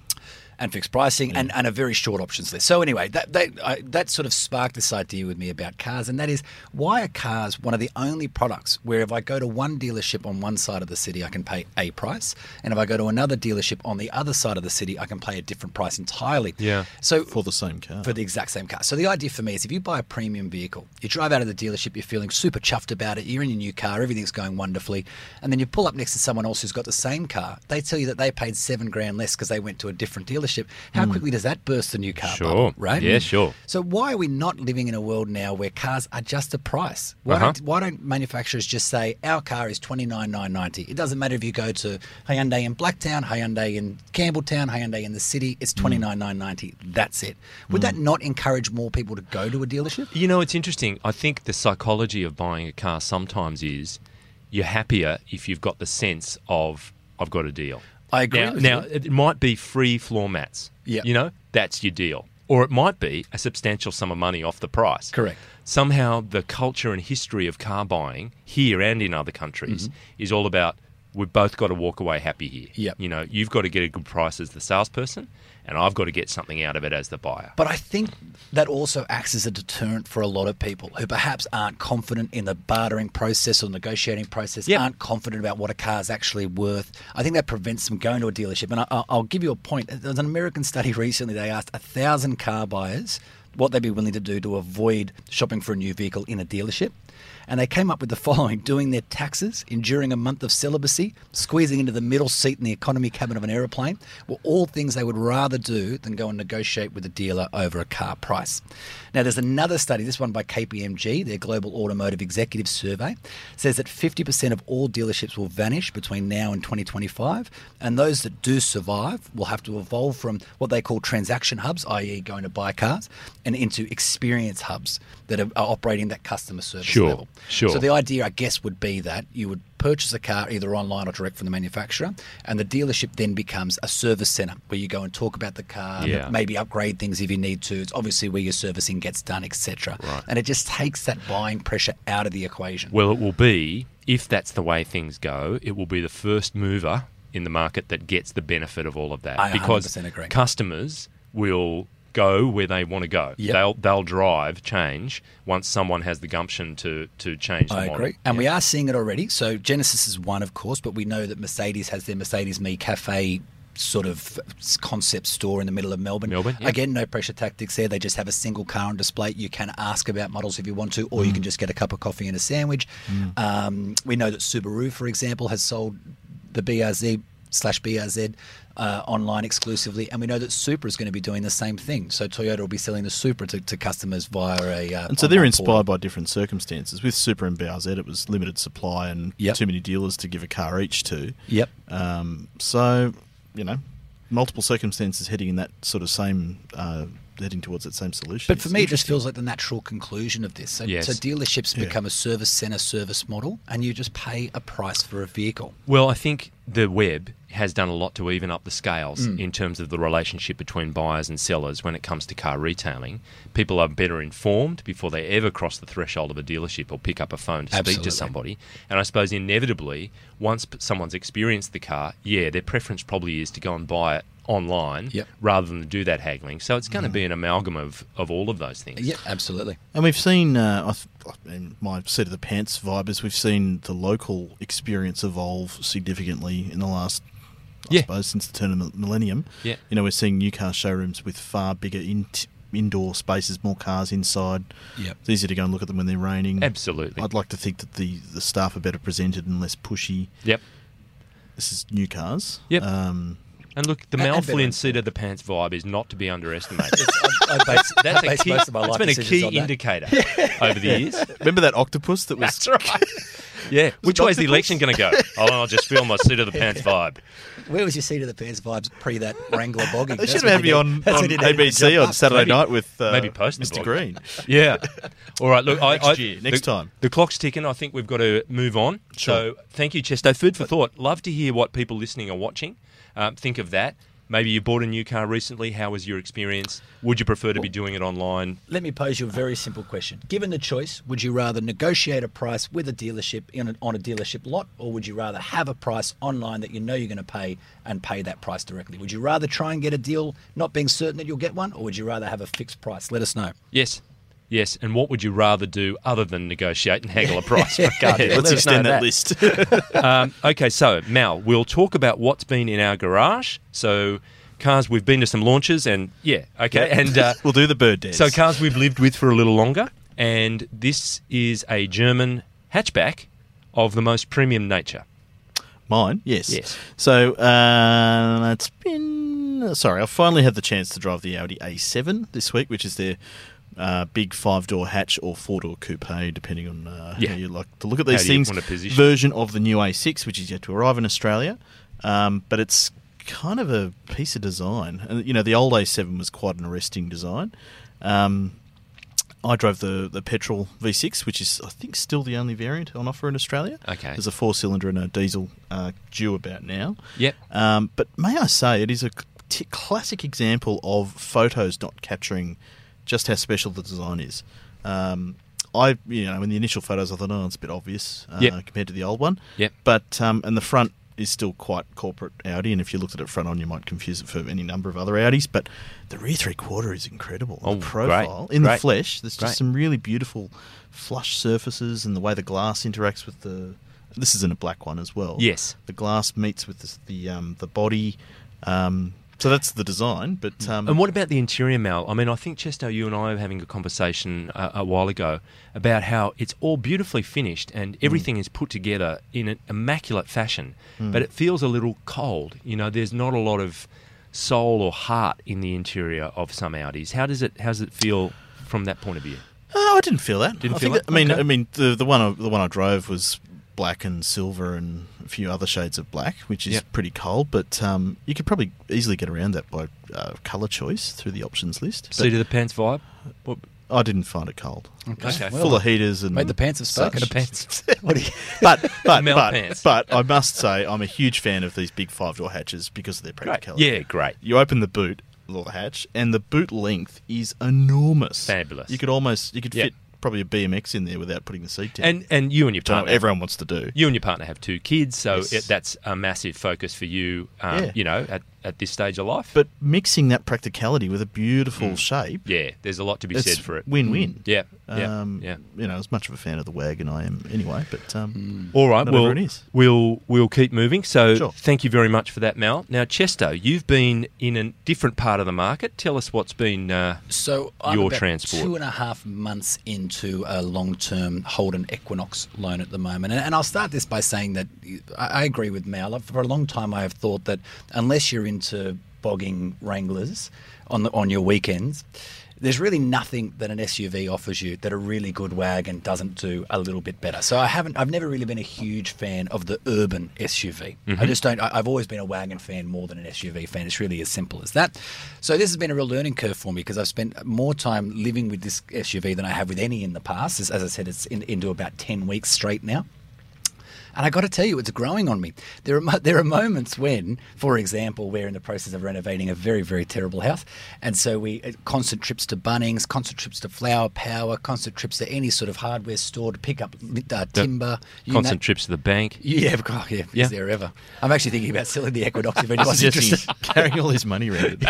Speaker 3: and fixed pricing and, and a very short options list. So anyway, that that, I, that sort of sparked this idea with me about cars, and that is why are cars one of the only products where if I go to one dealership on one side of the city, I can pay a price, and if I go to another dealership on the other side of the city, I can pay a different price entirely.
Speaker 1: Yeah.
Speaker 3: So
Speaker 2: for the same car.
Speaker 3: for the exact same car. So the idea for me is if you buy a premium vehicle, you drive out of the dealership, you're feeling super chuffed about it, you're in your new car, everything's going wonderfully, and then you pull up next to someone else who's got the same car. They tell you that they paid seven grand less because they went to a different dealership. How quickly does that burst the new car
Speaker 1: Hmm. Sure.
Speaker 3: bubble, right?
Speaker 1: Yeah, sure.
Speaker 3: So why are we not living in a world now where cars are just a price? Why,
Speaker 1: Uh-huh.
Speaker 3: don't, why don't manufacturers just say our car is twenty nine nine ninety? It doesn't matter if you go to Hyundai in Blacktown, Hyundai in Campbelltown, Hyundai in the city. It's twenty nine nine ninety. That's it. Would
Speaker 1: Hmm.
Speaker 3: that not encourage more people to go to a dealership?
Speaker 1: You know, it's interesting. I think the psychology of buying a car sometimes is you're happier if you've got the sense of I've got a deal.
Speaker 3: I agree
Speaker 1: Now,
Speaker 3: with
Speaker 1: now,
Speaker 3: you.
Speaker 1: it might be free floor mats.
Speaker 3: Yeah.
Speaker 1: You know, that's your deal. Or it might be a substantial sum of money off the price.
Speaker 3: Correct.
Speaker 1: Somehow the culture and history of car buying here and in other countries is all about we've both got to walk away happy here.
Speaker 3: Mm-hmm. Yep.
Speaker 1: You know, you've got to get a good price as the salesperson and I've got to get something out of it as the buyer.
Speaker 3: But I think that also acts as a deterrent for a lot of people who perhaps aren't confident in the bartering process or negotiating process,
Speaker 1: Yep.
Speaker 3: aren't confident about what a car's actually worth. I think that prevents them going to a dealership. And I, I'll- I'll give you a point. There was an American study recently. They asked a thousand car buyers what they'd be willing to do to avoid shopping for a new vehicle in a dealership. And they came up with the following doing their taxes, enduring a month of celibacy, squeezing into the middle seat in the economy cabin of an aeroplane were all things they would rather do than go and negotiate with a dealer over a car price. Now, there's another study, this one by KPMG, their Global Automotive Executive Survey, says that 50% of all dealerships will vanish between now and 2025. And those that do survive will have to evolve from what they call transaction hubs, i.e., going to buy cars, and into experience hubs that are, are operating that customer service
Speaker 1: Sure,
Speaker 3: level.
Speaker 1: sure.
Speaker 3: So the idea, I guess, would be that you would purchase a car either online or direct from the manufacturer, and the dealership then becomes a service center where you go and talk about the car,
Speaker 1: Yeah.
Speaker 3: maybe upgrade things if you need to. It's obviously where your servicing gets done, etc. Right. And it just takes that buying pressure out of the equation.
Speaker 1: Well, it will be, if that's the way things go, it will be the first mover in the market that gets the benefit of all of that.
Speaker 3: I
Speaker 1: because
Speaker 3: 100% agree.
Speaker 1: customers will go where they want to go.
Speaker 3: Yep.
Speaker 1: They'll they'll drive change once someone has the gumption to to change the
Speaker 3: I
Speaker 1: model.
Speaker 3: agree. And we are seeing it already. So Genesis is one, of course, but we know that Mercedes has their Mercedes Me Cafe sort of concept store in the middle of Melbourne.
Speaker 1: Melbourne, yeah.
Speaker 3: Again, no pressure tactics there. They just have a single car on display. You can ask about models if you want to, or you
Speaker 2: Mm.
Speaker 3: can just get a cup of coffee and a sandwich. Um, we know that Subaru, for example, has sold the BRZ slash BRZ uh, online exclusively, and we know that Supra is going to be doing the same thing. So Toyota will be selling the Supra to, to customers via a. Uh,
Speaker 2: and so they're
Speaker 3: online portal.
Speaker 2: inspired by different circumstances. With Super and BRZ, it was limited supply and
Speaker 3: Yep.
Speaker 2: too many dealers to give a car each to.
Speaker 3: Yep.
Speaker 2: Um, so, you know, multiple circumstances heading in that sort of same, uh, heading towards that same solution.
Speaker 3: But for me, it just feels like the natural conclusion of this. So,
Speaker 1: Yes.
Speaker 3: so dealerships
Speaker 2: Yeah.
Speaker 3: become a service center service model, and you just pay a price for a vehicle.
Speaker 1: Well, I think the web has done a lot to even up the scales
Speaker 3: Mm.
Speaker 1: in terms of the relationship between buyers and sellers when it comes to car retailing. People are better informed before they ever cross the threshold of a dealership or pick up a phone to speak
Speaker 3: Absolutely.
Speaker 1: to somebody. And I suppose inevitably, once p- someone's experienced the car, yeah, their preference probably is to go and buy it online
Speaker 3: Yep. Mm-hmm.
Speaker 1: rather than do that haggling. So it's going to be an amalgam of, of all of those things.
Speaker 3: Yeah, absolutely.
Speaker 2: And we've seen, uh, I th- I mean, my seat of the pants vibe is we've seen the local experience evolve significantly in the last, I
Speaker 1: Yeah.
Speaker 2: suppose, since the turn of the millennium.
Speaker 1: Yeah.
Speaker 2: You know, we're seeing new car showrooms with far bigger in- indoor spaces, more cars inside.
Speaker 3: Yep.
Speaker 2: It's easier to go and look at them when they're raining.
Speaker 1: Absolutely.
Speaker 2: I'd like to think that the, the staff are better presented and less pushy.
Speaker 1: Yep.
Speaker 2: This is new cars.
Speaker 1: Yep.
Speaker 2: Um,
Speaker 1: And look, the
Speaker 3: And- and better
Speaker 1: Malflian seat of the pants vibe is not to be underestimated.
Speaker 3: I, I base,
Speaker 1: That's
Speaker 3: I
Speaker 1: a
Speaker 3: base
Speaker 1: key,
Speaker 3: most of my
Speaker 1: that's
Speaker 3: life
Speaker 1: been a
Speaker 3: decisions
Speaker 1: key
Speaker 3: on that.
Speaker 1: indicator over the years.
Speaker 2: remember that octopus that was
Speaker 1: That's right. Yeah. Which way is the election going to go? Oh, I'll just feel my seat of the pants vibe.
Speaker 3: Where was your seat of the pants vibes pre that Wrangler bogging?
Speaker 2: They
Speaker 3: That's
Speaker 2: should
Speaker 3: what
Speaker 2: have
Speaker 3: you
Speaker 2: me
Speaker 3: need-
Speaker 2: on,
Speaker 3: that's
Speaker 2: on
Speaker 3: what you need to
Speaker 2: ABC
Speaker 3: jump
Speaker 2: on
Speaker 3: up.
Speaker 2: Saturday
Speaker 1: Maybe-
Speaker 2: night with uh,
Speaker 1: maybe post the
Speaker 2: Mr.
Speaker 1: blog.
Speaker 2: Green.
Speaker 1: Yeah. All right. Look, I,
Speaker 2: Next
Speaker 1: I,
Speaker 2: year, next
Speaker 1: the-
Speaker 2: time.
Speaker 1: The clock's ticking. I think we've got to move on.
Speaker 2: Sure.
Speaker 1: So thank you, Chesto. Food for thought. Love to hear what people listening are watching. Um, think of that. Maybe you bought a new car recently. How was your experience? Would you prefer to be doing it online?
Speaker 3: Let me pose you a very simple question. Given the choice, would you rather negotiate a price with a dealership in an, on a dealership lot, or would you rather have a price online that you know you're going to pay and pay that price directly? Would you rather try and get a deal, not being certain that you'll get one, or would you rather have a fixed price? Let us know.
Speaker 1: Yes. Yes. And what would you rather do other than negotiate and haggle a price for a car?
Speaker 2: Yeah,
Speaker 1: deal?
Speaker 2: let's
Speaker 1: Let us know
Speaker 2: extend that list.
Speaker 1: um, okay, so Mal, we'll talk about what's been in our garage. So, cars we've been to some launches, and yeah, okay, and uh,
Speaker 2: we'll do the bird dance.
Speaker 1: so cars we've lived with for a little longer. And this is a German hatchback of the most premium nature.
Speaker 2: Mine, yes.
Speaker 1: Yes.
Speaker 2: So uh, it's been. Sorry, I finally had the chance to drive the Audi A7 this week, which is their uh, big five door hatch or four door coupe, depending on uh,
Speaker 1: Yeah.
Speaker 2: how you like to look at
Speaker 1: How
Speaker 2: these
Speaker 1: do you
Speaker 2: things.
Speaker 1: want to position?
Speaker 2: Version of the new A6, which is yet to arrive in Australia, um, but it's kind of a piece of design. And you know, the old A7 was quite an arresting design. Um, I drove the, the petrol V6, which is, I think, still the only variant on offer in Australia.
Speaker 1: Okay.
Speaker 2: There's a four cylinder and a diesel uh, due about now.
Speaker 1: Yep.
Speaker 2: Um, but may I say, it is a c- t- classic example of photos not capturing just how special the design is. Um, I, you know, in the initial photos, I thought, oh, it's a bit obvious uh,
Speaker 1: Yep.
Speaker 2: compared to the old one.
Speaker 1: Yep.
Speaker 2: But, um, and the front is still quite corporate Audi, and if you looked at it front on, you might confuse it for any number of other Audis. But the rear three quarter is incredible.
Speaker 1: Oh,
Speaker 2: The
Speaker 1: great,
Speaker 2: profile in the
Speaker 1: great.
Speaker 2: flesh, there's just
Speaker 1: Great.
Speaker 2: some really beautiful flush surfaces and the way the glass interacts with the. This isn't a black one as well.
Speaker 1: Yes.
Speaker 2: the glass meets with the the, um, the body. Um, so that's the design, but um,
Speaker 1: Mm. And what about the interior, Mal? I mean, I think Chesto, you and I were having a conversation uh, a while ago about how it's all beautifully finished and
Speaker 2: Mm.
Speaker 1: everything is put together in an immaculate fashion,
Speaker 2: Mm.
Speaker 1: but it feels a little cold. You know, there's not a lot of soul or heart in the interior of some Audis. How does it? How does it feel from that point of view?
Speaker 2: Oh, I didn't feel that.
Speaker 1: Didn't
Speaker 2: I
Speaker 1: feel
Speaker 2: think
Speaker 1: it?
Speaker 2: that- I mean,
Speaker 1: Okay.
Speaker 2: I mean, the the one I, the one I drove was black and silver and a few other shades of black, which is
Speaker 1: Yep.
Speaker 2: pretty cold. But um, you could probably easily get around that by uh, color choice through the options list. But
Speaker 1: Seat of the pants vibe. What,
Speaker 2: I didn't find it cold.
Speaker 1: Okay.
Speaker 3: Well,
Speaker 2: Full of heaters and
Speaker 3: Mate, the pants have
Speaker 2: such.
Speaker 3: spoken.
Speaker 1: the pants.
Speaker 3: What do you-
Speaker 2: But but
Speaker 1: Melt
Speaker 2: but,
Speaker 1: pants.
Speaker 2: but I must say I'm a huge fan of these big five door hatches because of their
Speaker 1: great.
Speaker 2: practicality.
Speaker 1: Yeah, great.
Speaker 2: You open the boot, little hatch, and the boot length is enormous.
Speaker 1: Fabulous.
Speaker 2: You could almost you could
Speaker 1: Yeah.
Speaker 2: fit probably a BMX in there without putting the seat down.
Speaker 1: And oh, and you and your
Speaker 2: Don't know what
Speaker 1: partner.
Speaker 2: everyone wants to do.
Speaker 1: you and your partner have two kids, so
Speaker 2: Yes.
Speaker 1: it, that's a massive focus for you. Um,
Speaker 2: Yeah.
Speaker 1: You know, at, at this stage of life.
Speaker 2: But mixing that practicality with a beautiful shape,
Speaker 1: Mm. yeah, there's a lot to be
Speaker 2: it's
Speaker 1: said for it. Mm.
Speaker 2: win-win.
Speaker 1: Yeah, yeah,
Speaker 2: Um,
Speaker 1: yeah.
Speaker 2: You know, as much of a fan of the wagon I am anyway, but um,
Speaker 1: All right,
Speaker 2: not
Speaker 1: well,
Speaker 2: everyone is.
Speaker 1: we'll we'll keep moving. So,
Speaker 2: Sure.
Speaker 1: thank you very much for that, Mal. Now, Chesto, you've been in a different part of the market. Tell us what's been. Uh,
Speaker 3: So I'm
Speaker 1: Your
Speaker 3: about
Speaker 1: transport.
Speaker 3: two and a half months into a long-term Holden Equinox loan at the moment, and, and I'll start this by saying that I, I agree with Mal. For a long time, I have thought that unless you're into bogging Wranglers on the, on your weekends, there's really nothing that an SUV offers you that a really good wagon doesn't do a little bit better. So I haven't, I've never really been a huge fan of the urban SUV. I just don't. I, I've always been a wagon fan more than an SUV fan. It's really as simple as that. So this has been a real learning curve for me because I've spent more time living with this SUV than I have with any in the past. As, as I said, it's in, into about ten weeks straight now. And I got to tell you, it's growing on me. There are mo- there are moments when, for example, we're in the process of renovating a very very terrible house, and so we uh, constant trips to Bunnings, constant trips to Flower Power, constant trips to any sort of hardware store to pick up uh, timber. you
Speaker 1: Constant
Speaker 3: na-
Speaker 1: trips to the bank.
Speaker 3: Yeah, of course, yeah,
Speaker 1: Yeah.
Speaker 3: Is there ever? I'm actually thinking about selling the Equinox if anyone's
Speaker 2: Suggesting
Speaker 3: interested.
Speaker 2: he's carrying all his money around.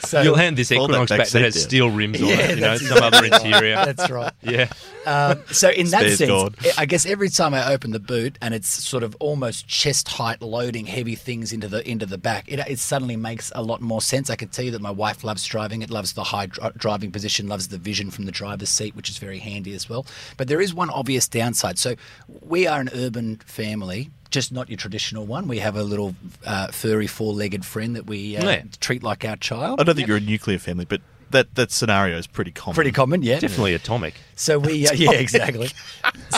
Speaker 3: So,
Speaker 1: You'll hand this
Speaker 2: Fold that
Speaker 1: Equinox
Speaker 2: back
Speaker 1: back that
Speaker 2: seat
Speaker 1: has
Speaker 2: down.
Speaker 1: steel rims on
Speaker 3: Yeah,
Speaker 1: it, you know,
Speaker 3: that's
Speaker 1: some other
Speaker 3: exactly right.
Speaker 1: interior.
Speaker 3: That's right.
Speaker 1: yeah.
Speaker 3: Um, so in that
Speaker 2: Spare's
Speaker 3: sense,
Speaker 2: gone.
Speaker 3: I guess every time I open the boot and it's sort of almost chest height loading heavy things into the into the back, it, it suddenly makes a lot more sense. I can tell you that my wife loves driving; it loves the high dri- driving position, loves the vision from the driver's seat, which is very handy as well. But there is one obvious downside. So we are an urban family. Just not your traditional one. We have a little uh, furry four-legged friend that we uh,
Speaker 1: Yeah.
Speaker 3: treat like our child.
Speaker 2: I don't think you're a nuclear family, but that, that scenario is pretty common.
Speaker 3: Pretty common, yeah.
Speaker 1: Definitely atomic.
Speaker 3: So we, uh, yeah, exactly.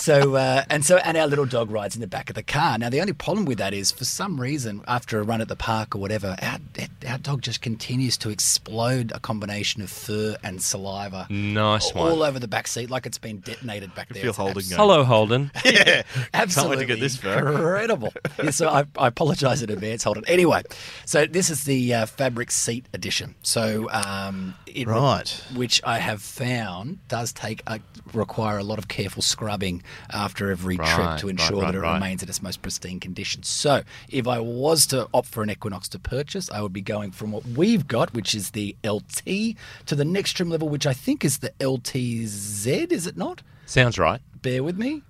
Speaker 3: so uh, and so, and our little dog rides in the back of the car. Now the only problem with that is, for some reason, after a run at the park or whatever, our our dog just continues to explode a combination of fur and saliva.
Speaker 2: Mm,
Speaker 1: Nice one.
Speaker 3: all over the back seat, like it's been detonated back there.
Speaker 2: feel
Speaker 3: It's
Speaker 2: holding
Speaker 3: abs-
Speaker 2: it.
Speaker 1: Hello, Holden.
Speaker 2: Yeah. Can't
Speaker 3: Absolutely
Speaker 2: wait to get this far.
Speaker 3: incredible. yeah, so I, I apologise in advance, Holden. Anyway, so this is the uh, fabric seat edition. So um, it re-
Speaker 2: Right.
Speaker 3: which I have found does take a, require a lot of careful scrubbing after every trip
Speaker 1: Right,
Speaker 3: to
Speaker 1: right,
Speaker 3: ensure
Speaker 1: right,
Speaker 3: that it
Speaker 1: right.
Speaker 3: remains in its most pristine condition. So, if I was to opt for an Equinox to purchase, I would be going from what we've got, which is the LT, to the next trim level, which I think is the LTZ. Is it not?
Speaker 1: Sounds right.
Speaker 3: bear with me.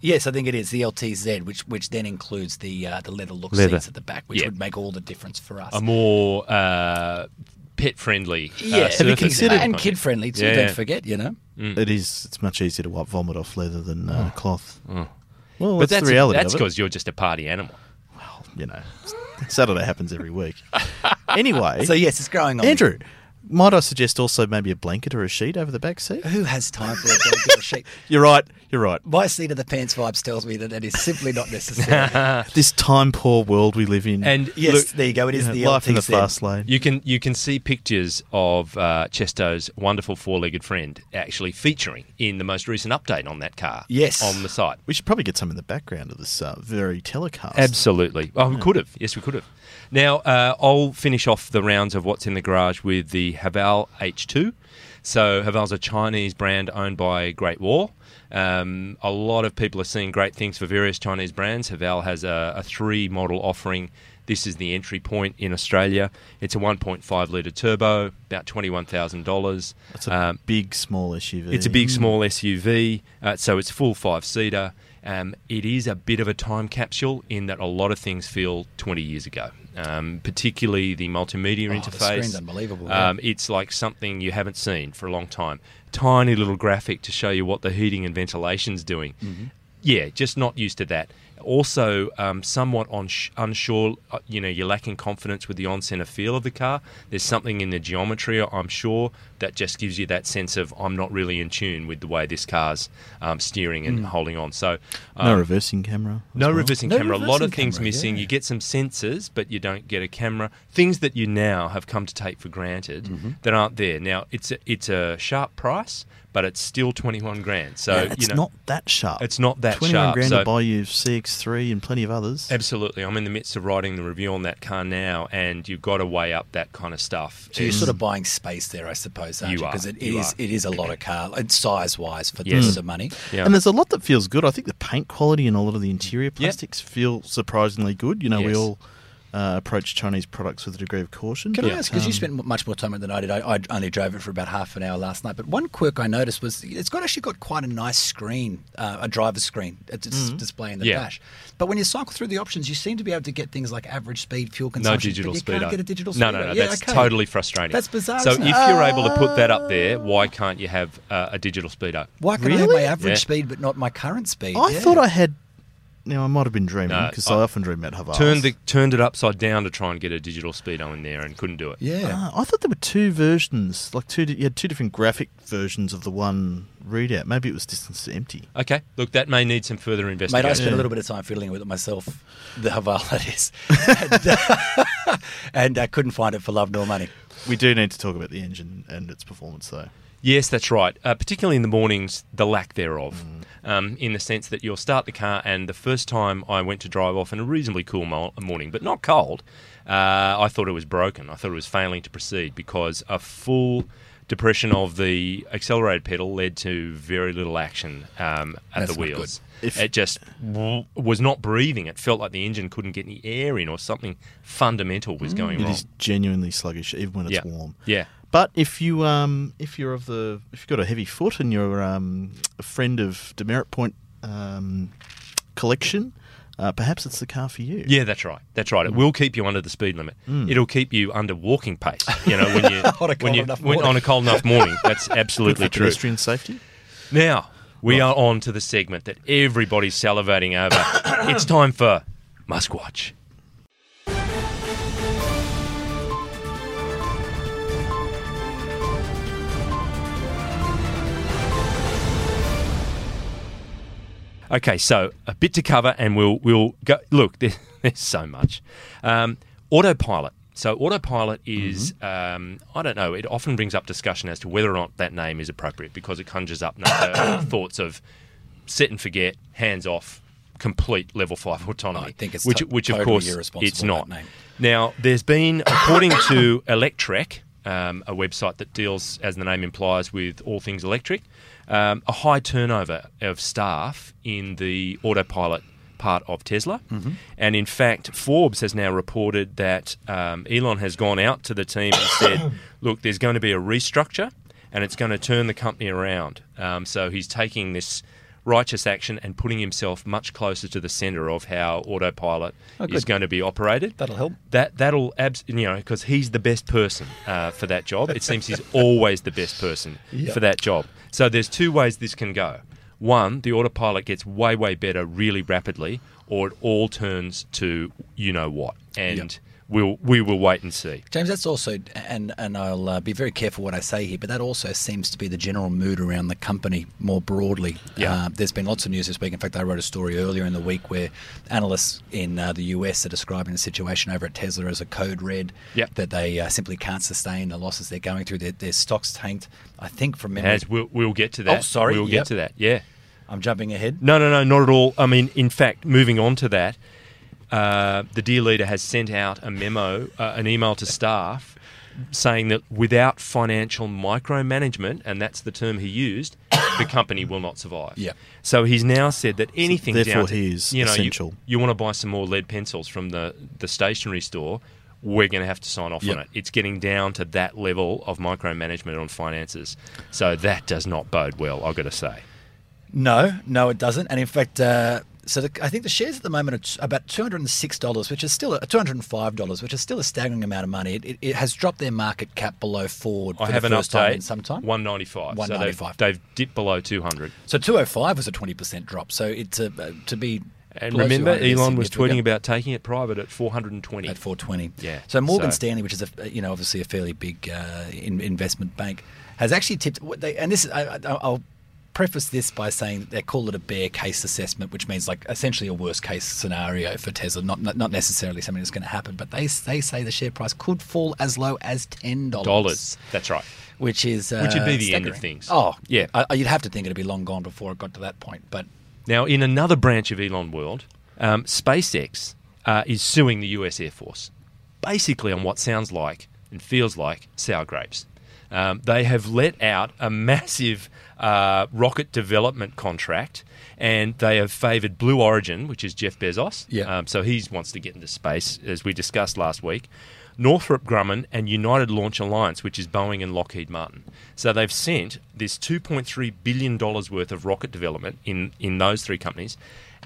Speaker 3: Yes, I think it is the LTZ, which which then includes the uh, the leather look
Speaker 1: Leather.
Speaker 3: seats at the back, which
Speaker 1: Yeah.
Speaker 3: would make all the difference for us.
Speaker 1: A more uh, pet friendly. Uh,
Speaker 3: yeah,
Speaker 1: surface in that
Speaker 2: considered-
Speaker 1: kind
Speaker 3: and
Speaker 1: of-
Speaker 3: kid friendly too.
Speaker 1: Yeah,
Speaker 3: Don't
Speaker 1: yeah.
Speaker 3: forget, you know.
Speaker 2: It is. It's much easier to wipe vomit off leather than uh, cloth. Well,
Speaker 1: But
Speaker 2: that's,
Speaker 1: that's
Speaker 2: the reality
Speaker 1: That's
Speaker 2: of it.
Speaker 1: because you're just a party animal.
Speaker 2: You know, Saturday happens every week.
Speaker 1: Mm-hmm.
Speaker 2: Anyway,
Speaker 3: So yes, it's growing on. me.
Speaker 2: Andrew, might I suggest also maybe a blanket or a sheet over the back seat?
Speaker 3: who has time for a dog or a sheep?
Speaker 2: You're right. You're right.
Speaker 3: My seat of the pants vibes tells me that that is simply not necessary.
Speaker 2: This time poor world we live in.
Speaker 1: And
Speaker 3: yes,
Speaker 1: look,
Speaker 3: there you go. It is
Speaker 2: you know,
Speaker 3: the
Speaker 2: life
Speaker 3: LTZ.
Speaker 2: in the fast lane.
Speaker 1: You can you can see pictures of uh, Chesto's wonderful four-legged friend actually featuring in the most recent update on that car.
Speaker 3: Yes.
Speaker 1: on the site.
Speaker 2: we should probably get some in the background of this uh, very telecast.
Speaker 1: Absolutely. Oh, we could have. Yes, we could have. Now, uh, I'll finish off the rounds of what's in the garage with the Haval H2. So, Haval's a Chinese brand owned by Great Wall. Um, a lot of people are seeing great things for various Chinese brands. Haval has a, a three model offering. This is the entry point in Australia. It's a 1.5 litre turbo, about $21,000.
Speaker 2: That's a
Speaker 1: Um,
Speaker 2: big, small SUV.
Speaker 1: it's a big, small SUV, uh, so it's full five seater. Um, it is a bit of a time capsule in that a lot of things feel 20 years ago, um, particularly the multimedia
Speaker 3: Oh, the
Speaker 1: interface.
Speaker 3: screen's unbelievable, yeah.
Speaker 1: Um, It's like something you haven't seen for a long time. Tiny little graphic to show you what the heating and ventilation's doing. Yeah, just not used to that. Also, um, somewhat on unsure, uh, you know, you're lacking confidence with the on center feel of the car. There's something in the geometry, I'm sure, that just gives you that sense of I'm not really in tune with the way this car's um, steering and holding on. So, um,
Speaker 2: No reversing camera. as
Speaker 1: no
Speaker 2: well.
Speaker 1: reversing
Speaker 3: No
Speaker 1: camera. a lot of
Speaker 3: reversing
Speaker 1: things
Speaker 3: camera,
Speaker 1: missing.
Speaker 3: yeah.
Speaker 1: You get some sensors, but you don't get a camera. Things that you now have come to take for granted
Speaker 3: Mm-hmm.
Speaker 1: that aren't there. Now it's a, it's a sharp price, but it's still twenty one grand. So
Speaker 2: Yeah, it's
Speaker 1: you know,
Speaker 2: not that sharp.
Speaker 1: It's not that
Speaker 2: 21
Speaker 1: sharp,
Speaker 2: grand
Speaker 1: so-
Speaker 2: to buy you CX3 and plenty of others.
Speaker 1: absolutely. I'm in the midst of writing the review on that car now, and you've got to weigh up that kind of stuff.
Speaker 3: So you're sort of buying space there, I suppose, aren't
Speaker 1: You are,
Speaker 3: Because it, it
Speaker 1: you
Speaker 3: is
Speaker 1: are.
Speaker 3: it is a lot of car, and size wise for
Speaker 1: Yes.
Speaker 3: this sort of money.
Speaker 1: Yeah.
Speaker 2: And there's a lot that feels good. I think the paint quality and a lot of the interior plastics feel surprisingly good. You know, we
Speaker 1: Yes.
Speaker 2: all uh, approach Chinese products with a degree of caution.
Speaker 3: Can
Speaker 2: but,
Speaker 3: I ask? Because you
Speaker 2: um,
Speaker 3: spent m- much more time on it than I did. I, I only drove it for about half an hour last night. But one quirk I noticed was it's got actually got quite a nice screen, uh, a driver's screen, a dis- display in the
Speaker 1: Mm-hmm. Yeah.
Speaker 3: dash. But when you cycle through the options, you seem to be able to get things like average speed, fuel
Speaker 1: No
Speaker 3: consumption. but
Speaker 1: digital
Speaker 3: you
Speaker 1: speed.
Speaker 3: Can't get a digital
Speaker 1: no,
Speaker 3: speedo.
Speaker 1: no, no.
Speaker 3: Yeah,
Speaker 1: that's
Speaker 3: okay.
Speaker 1: totally frustrating.
Speaker 3: That's bizarre,
Speaker 1: So if
Speaker 3: isn't it?
Speaker 1: you're able to put that up there, why can't you have uh, a digital speedo?
Speaker 3: Why can I have my
Speaker 2: Really?
Speaker 3: average
Speaker 1: Yeah.
Speaker 3: speed but not my current speed?
Speaker 2: I
Speaker 3: Yeah.
Speaker 2: thought I had. Now I might have been dreaming
Speaker 1: No,
Speaker 2: because
Speaker 1: I-
Speaker 2: I, often dream about Havas.
Speaker 1: Turned the turned it upside down to try and get a digital speedo in there and couldn't do it.
Speaker 3: Yeah.
Speaker 2: Ah, I thought there were two versions, like two. di- You had two different graphic versions of the one readout. Maybe it was distance to empty.
Speaker 1: Okay, look, that may need some further
Speaker 3: Mate,
Speaker 1: investigation.
Speaker 3: I spent
Speaker 2: Yeah.
Speaker 3: a little bit of time fiddling with it myself, the Haval that is, and, uh, and I couldn't find uh, it for love nor money.
Speaker 2: We do need to talk about the engine and its performance, though.
Speaker 1: Yes, that's right. Uh, particularly in the mornings, the lack thereof, um, in the sense that you'll start the car, and the first time I went to drive off in a reasonably cool mo- morning, but not cold, uh, I thought it was broken. I thought it was failing to proceed because a full depression of the accelerator pedal led to very little action um, at
Speaker 3: That's
Speaker 1: the
Speaker 3: not good.
Speaker 1: wheels.
Speaker 2: If-
Speaker 1: it just w- was not breathing. It felt like the engine couldn't get any air in, or something fundamental was going
Speaker 2: It
Speaker 1: wrong.
Speaker 2: is genuinely sluggish, even when it's
Speaker 1: Yeah.
Speaker 2: warm.
Speaker 1: Yeah.
Speaker 2: But if you um if you're of the if you've got a heavy foot and you're um, a friend of demerit point um, collection, uh, perhaps it's the car for you.
Speaker 1: Yeah, that's right. That's
Speaker 3: Mm.
Speaker 1: right. It will keep you under the speed limit. It'll keep you under walking pace. You know, when you
Speaker 3: On a
Speaker 1: when
Speaker 3: cold
Speaker 1: you
Speaker 3: enough
Speaker 1: when-
Speaker 3: morning.
Speaker 1: on a cold enough morning. That's
Speaker 2: Good for
Speaker 1: absolutely true.
Speaker 2: pedestrian safety.
Speaker 1: Now we are on to the segment that everybody's salivating over. it's time for must watch. Okay, so a bit to cover, and we'll we'll go. Look, there, there's so much. Um, autopilot. So autopilot is
Speaker 3: Mm-hmm.
Speaker 1: um, I don't know. It often brings up discussion as to whether or not that name is appropriate because it conjures up uh, thoughts of set and forget, hands off, complete level five autonomy.
Speaker 3: I think it's
Speaker 1: which,
Speaker 3: to-
Speaker 1: which of
Speaker 3: totally
Speaker 1: course
Speaker 3: irresponsible,
Speaker 1: it's not.
Speaker 3: that name.
Speaker 1: Now, there's been, according to Electrek, um, a website that deals, as the name implies, with all things electric, um, a high turnover of staff in the autopilot part of Tesla.
Speaker 3: Mm-hmm.
Speaker 1: And in fact, Forbes has now reported that um, Elon has gone out to the team and said, look, there's going to be a restructure and it's going to turn the company around. Um, so he's taking this righteous action and putting himself much closer to the center of how autopilot
Speaker 3: Oh,
Speaker 1: is
Speaker 3: good.
Speaker 1: going to be operated.
Speaker 3: That'll help.
Speaker 1: That that'll abs- you know because he's the best person uh, for that job. It seems he's always the best person
Speaker 3: Yeah.
Speaker 1: for that job. So there's two ways this can go. One, the autopilot gets way way better really rapidly, or it all turns to you know what, and we'll we will wait and see.
Speaker 3: James, that's also, and and I'll uh, be very careful what I say here, but that also seems to be the general mood around the company more broadly.
Speaker 1: Yeah.
Speaker 3: Uh, there's been lots of news this week. In fact, I wrote a story earlier in the week where analysts in uh, the US are describing the situation over at Tesla as a code red.
Speaker 1: Yep.
Speaker 3: That they uh, simply can't sustain the losses they're going through. Their, their stocks tanked. I think from memory.
Speaker 1: As we'll, we'll get to that.
Speaker 3: Oh, sorry,
Speaker 1: we'll
Speaker 3: yep.
Speaker 1: get to that. Yeah.
Speaker 3: I'm jumping ahead.
Speaker 1: No, no, no, not at all. I mean, in fact, moving on to that, uh, the dear leader has sent out a memo, uh, an email to staff, saying that without financial micromanagement, and that's the term he used, the company will not survive.
Speaker 3: Yeah.
Speaker 1: So he's now said that anything.
Speaker 2: therefore
Speaker 1: down to,
Speaker 2: he is
Speaker 1: you know, you-
Speaker 2: essential.
Speaker 1: You, want to buy some more lead pencils from the the stationery store. We're going to have to sign off on
Speaker 3: Yep.
Speaker 1: it. It's getting down to that level of micromanagement on finances. So that does not bode well, I've got to say.
Speaker 3: No, no, it doesn't. And in fact, uh, so the, I think the shares at the moment are t- about two hundred and six dollars, which is still a, two hundred and five dollars, which is still a staggering amount of money. It, it, it has dropped their market cap below Ford for
Speaker 1: I have
Speaker 3: the
Speaker 1: an
Speaker 3: first time in
Speaker 1: update.
Speaker 3: some time.
Speaker 1: 195. So
Speaker 3: 195.
Speaker 1: they've, they've dipped below 200.
Speaker 3: So two hundred five was a twenty percent drop. So it's a, uh, to be.
Speaker 1: And
Speaker 3: below
Speaker 1: remember,
Speaker 3: 200 is
Speaker 1: Elon was
Speaker 3: significant.
Speaker 1: tweeting about taking it private at 420.
Speaker 3: at 420.
Speaker 1: Yeah,
Speaker 3: So Morgan
Speaker 1: so-
Speaker 3: Stanley, which is a you know obviously a fairly big uh, in, investment bank, has actually tipped. what They, and this is, I, I, I'll preface this by saying that they call it a bear case assessment, which means like essentially a worst case scenario for Tesla, not not, not necessarily something that's going to happen. But they they say the share price could fall as low as ten
Speaker 1: Dollars. That's right.
Speaker 3: which is uh,
Speaker 1: Which would be the end of
Speaker 3: staggering.
Speaker 1: things.
Speaker 3: Oh
Speaker 1: Yeah.
Speaker 3: I, I- you'd have to think it'd be long gone before it got to that point, but.
Speaker 1: Now, in another branch of Elon world, um, SpaceX uh, is suing the US Air Force, basically on what sounds like and feels like sour grapes. Um, they have let out a massive uh, rocket development contract, and they have favoured Blue Origin, which is Jeff Bezos.
Speaker 3: Yeah.
Speaker 1: Um, so he wants to get into space, as we discussed last week. Northrop Grumman and United Launch Alliance, which is Boeing and Lockheed Martin. So they've sent this $2.3 billion worth of rocket development in, in those three companies.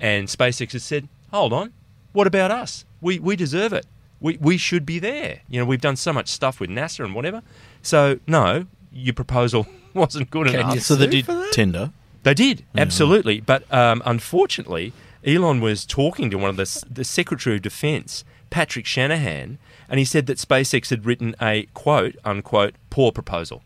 Speaker 1: And SpaceX has said, hold on, what about us? We, we deserve it. We, we should be there. You know, we've done so much stuff with NASA and whatever. So, no, your proposal wasn't good
Speaker 3: Can
Speaker 1: enough.
Speaker 3: you
Speaker 2: So they
Speaker 3: Sue
Speaker 2: did
Speaker 3: for that?
Speaker 2: tender.
Speaker 1: They did, absolutely. But um, unfortunately, Elon was talking to one of the, s- the Secretary of Defense, Patrick Shanahan, and he said that SpaceX had written a quote unquote poor proposal.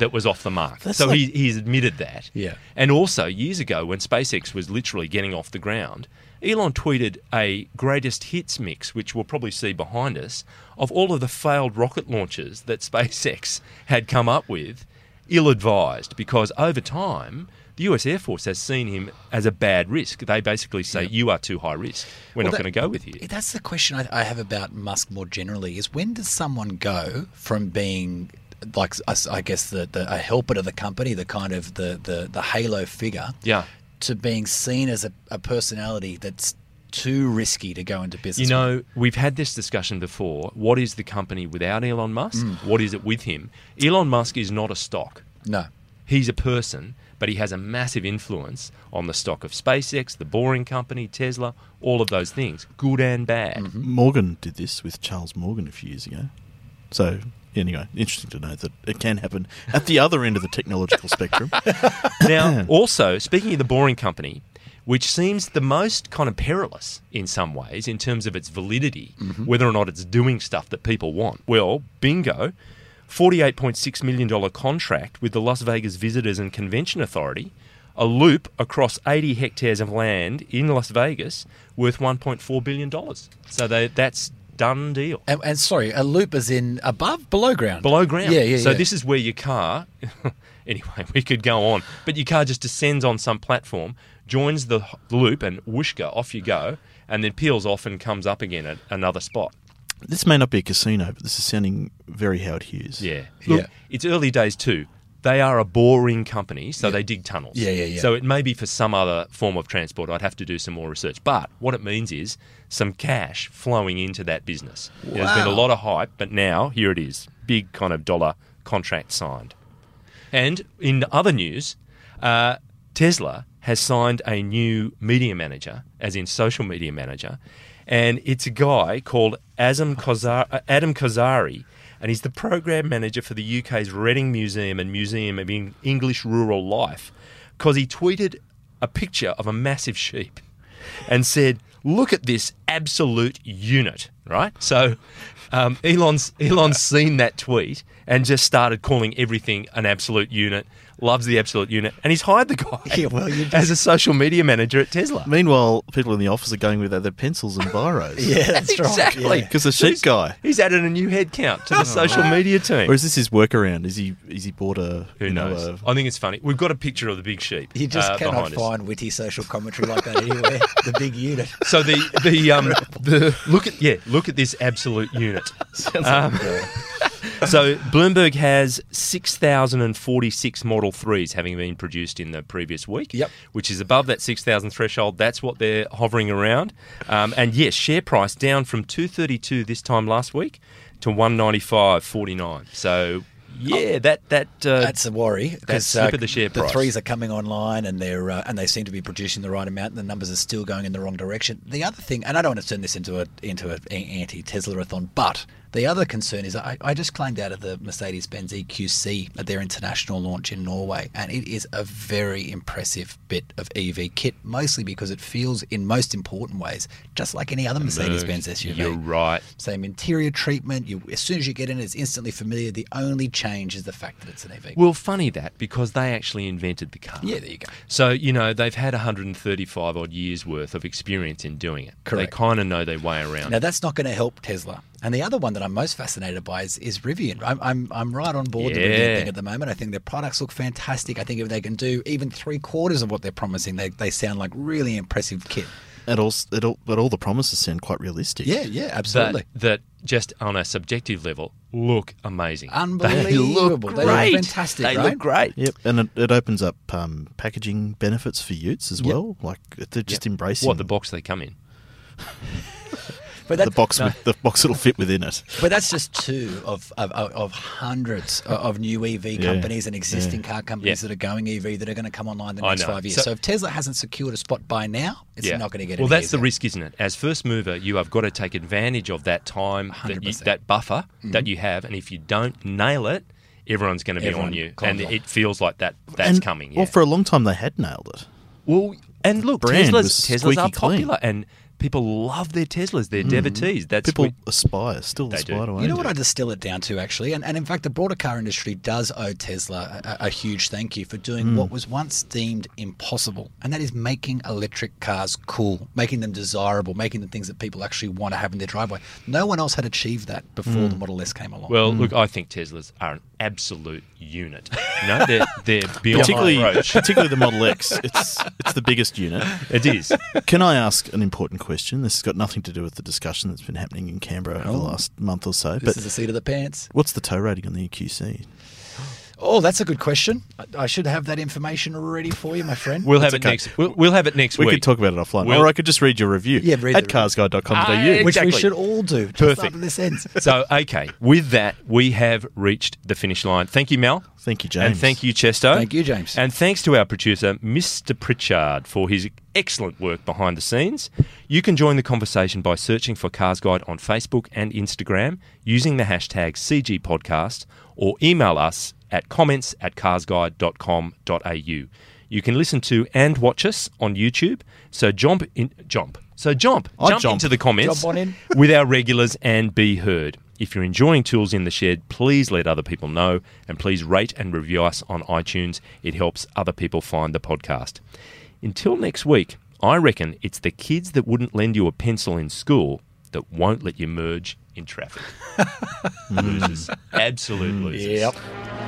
Speaker 1: that was off the mark.
Speaker 2: That's
Speaker 1: so
Speaker 2: like-
Speaker 1: he, he's admitted that.
Speaker 3: Yeah.
Speaker 1: And also, years ago, when SpaceX was literally getting off the ground, Elon tweeted a greatest hits mix, which we'll probably see behind us, of all of the failed rocket launches that SpaceX had come up with, ill advised, because over time, the US Air Force has seen him as a bad risk. They basically say, You are too high risk. We're
Speaker 3: Well,
Speaker 1: not
Speaker 3: that-
Speaker 1: going to go with you.
Speaker 3: That's the question I, I have about Musk more generally: is when does someone go from being like I, s- I guess the, the a helper to the company, the kind of the the, the halo figure,
Speaker 1: Yeah.
Speaker 3: to being seen as a, a personality that's too risky to go into business.
Speaker 1: You know, we've had this discussion before. What is the company without Elon Musk?
Speaker 3: Mm.
Speaker 1: What is it with him? Elon Musk is not a stock.
Speaker 3: with? no,
Speaker 1: He's a person, but he has a massive influence on the stock of SpaceX, the Boring Company, Tesla, all of those things, good and bad.
Speaker 2: Morgan did this with Charles Morgan a few years ago. So, anyway, interesting to know that it can happen at the other end of the technological spectrum.
Speaker 1: Now, also, speaking of the Boring Company, which seems the most kind of perilous in some ways in terms of its validity, whether or not it's doing stuff that people want. Well, bingo, $48.6 million contract with the Las Vegas Visitors and Convention Authority, a loop across 80 hectares of land in Las Vegas worth $1.4 billion. So they, that's done deal.
Speaker 3: and, and sorry, a loop is in above, below ground,
Speaker 1: Below ground.
Speaker 3: Yeah, yeah.
Speaker 1: So
Speaker 3: yeah.
Speaker 1: this is where your car, anyway, we could go on, but your car just descends on some platform, joins the h- loop, and whooshka, off you go, and then peels off and comes up again at another spot.
Speaker 2: this may not be a casino, but this is sounding very Howard Hughes.
Speaker 1: Yeah.
Speaker 3: Yeah.
Speaker 1: Look, it's early days too. They are a boring company, so
Speaker 3: Yeah.
Speaker 1: they dig tunnels.
Speaker 3: Yeah, yeah, yeah.
Speaker 1: So it may be for some other form of transport. I'd have to do some more research. But what it means is some cash flowing into that business. You know, There's been a
Speaker 3: Wow.
Speaker 1: lot of hype, but now here it is. Big kind of dollar contract signed. And in other news, uh, Tesla has signed a new media manager, as in social media manager, and it's a guy called Adam Kozar- uh, Adam Kozari, and he's the program manager for the UK's Reading Museum and Museum of Eng- English Rural Life, because he tweeted a picture of a massive sheep and said, "Look at this absolute unit!" Right? So, um, Elon's Elon's seen that tweet and just started calling everything an absolute unit. Loves the absolute unit, and he's hired the guy
Speaker 3: Yeah, well, you just-
Speaker 1: as a social media manager at Tesla.
Speaker 2: Meanwhile, people in the office are going without their pencils and biros.
Speaker 3: yeah, Oh, that's right.
Speaker 1: exactly
Speaker 3: Yeah.
Speaker 2: Because the
Speaker 1: So
Speaker 2: sheep
Speaker 1: he's-
Speaker 2: guy.
Speaker 1: He's added a new head count to the social media team.
Speaker 2: Or is this his workaround? Is he is he bought a
Speaker 1: Who
Speaker 2: you know,
Speaker 1: knows?
Speaker 2: a-
Speaker 1: I think it's funny. We've got a picture of the big sheep.
Speaker 3: You just
Speaker 1: uh,
Speaker 3: cannot
Speaker 1: behind us.
Speaker 3: find witty social commentary like that anywhere. the big unit.
Speaker 1: So the the um the look at yeah look at this absolute unit. Um,
Speaker 2: Sounds like a-
Speaker 1: So Bloomberg has 6,046 Model 3s having been produced in the previous week,
Speaker 3: Yep.
Speaker 1: which is above that 6,000 threshold. That's what they're hovering around. Um, and yes, share price down from 232 this time last week to 195.49. So yeah, that that uh,
Speaker 3: That's a worry
Speaker 1: That
Speaker 3: because
Speaker 1: slip of the share price.
Speaker 3: threes are coming online and they're uh, and they seem to be producing the right amount. And the numbers are still going in the wrong direction. The other thing, and I don't want to turn this into a into an anti Tesla-a-thon, but the other concern is I, I just climbed out of the Mercedes-Benz EQC at their international launch in Norway, and it is a very impressive bit of EV kit, mostly because it feels in most important ways just like any other Mercedes-Benz SUV
Speaker 1: you're right.
Speaker 3: same interior treatment. You, as soon as you get in, it's instantly familiar. The only change is the fact that it's an E EV.
Speaker 1: Well, funny that because they actually invented the car.
Speaker 3: yeah, there you go.
Speaker 1: So, you know, they've had 135 odd years worth of experience in doing it.
Speaker 3: Correct.
Speaker 1: They kind of know their way around.
Speaker 3: Now that's not going to help Tesla. And the other one that I'm most fascinated by is, is Rivian. I'm, I'm I'm right on board with the Rivian
Speaker 1: Yeah.
Speaker 3: thing at the moment. I think their products look fantastic. I think if they can do even three quarters of what they're promising, they, they sound like really impressive kit.
Speaker 2: it all, it all, but all the promises sound quite realistic.
Speaker 3: Yeah, yeah,
Speaker 1: that,
Speaker 3: absolutely.
Speaker 1: that just on a subjective level look amazing.
Speaker 3: Unbelievable.
Speaker 1: They look
Speaker 3: They
Speaker 1: great.
Speaker 3: look fantastic,
Speaker 1: They
Speaker 3: right?
Speaker 1: look great.
Speaker 2: Yep, and it, it opens up um, packaging benefits for Utes as well. Like they're just embracing
Speaker 1: What the box they come in?
Speaker 3: But
Speaker 2: the
Speaker 3: that,
Speaker 2: box with, the box that'll fit within it.
Speaker 3: But that's just two of of, of- of hundreds of- of new EV companies and existing car companies
Speaker 1: Yeah.
Speaker 3: that are going EV that are going to come online the
Speaker 1: I
Speaker 3: next
Speaker 1: know.
Speaker 3: five years. So,
Speaker 1: So-
Speaker 3: if Tesla hasn't secured a spot by now, it's not going to get.
Speaker 1: Well,
Speaker 3: any
Speaker 1: that's the
Speaker 3: easier.
Speaker 1: risk, isn't it? As first mover, you have got to take advantage of that time, that, you,
Speaker 3: 100%.
Speaker 1: that buffer
Speaker 3: Mm-hmm.
Speaker 1: that you have, and if you don't nail it, everyone's going to be
Speaker 3: Everyone
Speaker 1: on you, and
Speaker 3: climbs on.
Speaker 1: it feels like that that's
Speaker 2: and,
Speaker 1: coming. Yeah.
Speaker 2: Well, for a long time they had nailed it.
Speaker 1: Well, and look,
Speaker 2: brand was
Speaker 1: Teslas, Teslas
Speaker 2: squeaky
Speaker 1: are
Speaker 2: clean. Hmm.
Speaker 1: popular, and People love their Teslas. They're devotees. That's
Speaker 2: People
Speaker 1: we-
Speaker 2: aspire, still
Speaker 1: They do.
Speaker 2: aspire to own
Speaker 3: You know what I
Speaker 2: it.
Speaker 3: distill it down to, actually, and, and in fact, the broader car industry does owe Tesla a, a huge thank you for doing
Speaker 1: Hmm.
Speaker 3: what was once deemed impossible, and that is making electric cars cool, making them desirable, making them things that people actually want to have in their driveway. No one else had achieved that before the Model S came
Speaker 1: Hmm.
Speaker 3: along.
Speaker 2: Hmm.
Speaker 1: well, look, I think Teslas are an absolute unit. You know, they're they're beyond
Speaker 2: Particularly,
Speaker 1: reproach.
Speaker 2: particularly the Model X. It's it's the biggest unit.
Speaker 1: It is.
Speaker 2: Can I ask an important question? This has got nothing to do with the discussion that's been happening in Canberra over the last month or so.
Speaker 3: Oh. this
Speaker 2: But
Speaker 3: is the seat of the pants.
Speaker 2: what's the tow rating on the E EQC?
Speaker 3: Oh, that's a good question. I, I should have that information ready for you, my friend.
Speaker 1: We'll have
Speaker 2: That's
Speaker 1: it
Speaker 2: okay.
Speaker 1: next. We'll, we'll have it next
Speaker 2: We
Speaker 1: week.
Speaker 2: could talk about it offline,
Speaker 1: We'll-
Speaker 2: or I could just read your review.
Speaker 3: Yeah, read
Speaker 2: at
Speaker 3: the review.
Speaker 2: carsguide.com.au.
Speaker 1: Ah,
Speaker 3: Which we
Speaker 1: Exactly.
Speaker 3: should all do just
Speaker 1: Perfect.
Speaker 3: after this ends.
Speaker 1: so okay, with that, we have reached the finish line. Thank you, Mel.
Speaker 2: Thank you, James.
Speaker 1: And thank you, Chesto.
Speaker 3: Thank you, James.
Speaker 1: And thanks to our producer, Mr. Pritchard, for his excellent work behind the scenes. You can join the conversation by searching for Cars Guide on Facebook and Instagram using the hashtag CGPodcast or email us at comments at carsguide.com.au. You can listen to and watch us on YouTube. So jump in, jump. So jump,
Speaker 2: I
Speaker 1: jump,
Speaker 2: jump.
Speaker 1: into the comments
Speaker 3: Jump on in.
Speaker 1: with our regulars and be heard. If you're enjoying Tools in the Shed, please let other people know and please rate and review us on iTunes. It helps other people find the podcast. Until next week, I reckon it's the kids that wouldn't lend you a pencil in school that won't let you merge in traffic. losers. Absolute losers.
Speaker 3: Yep.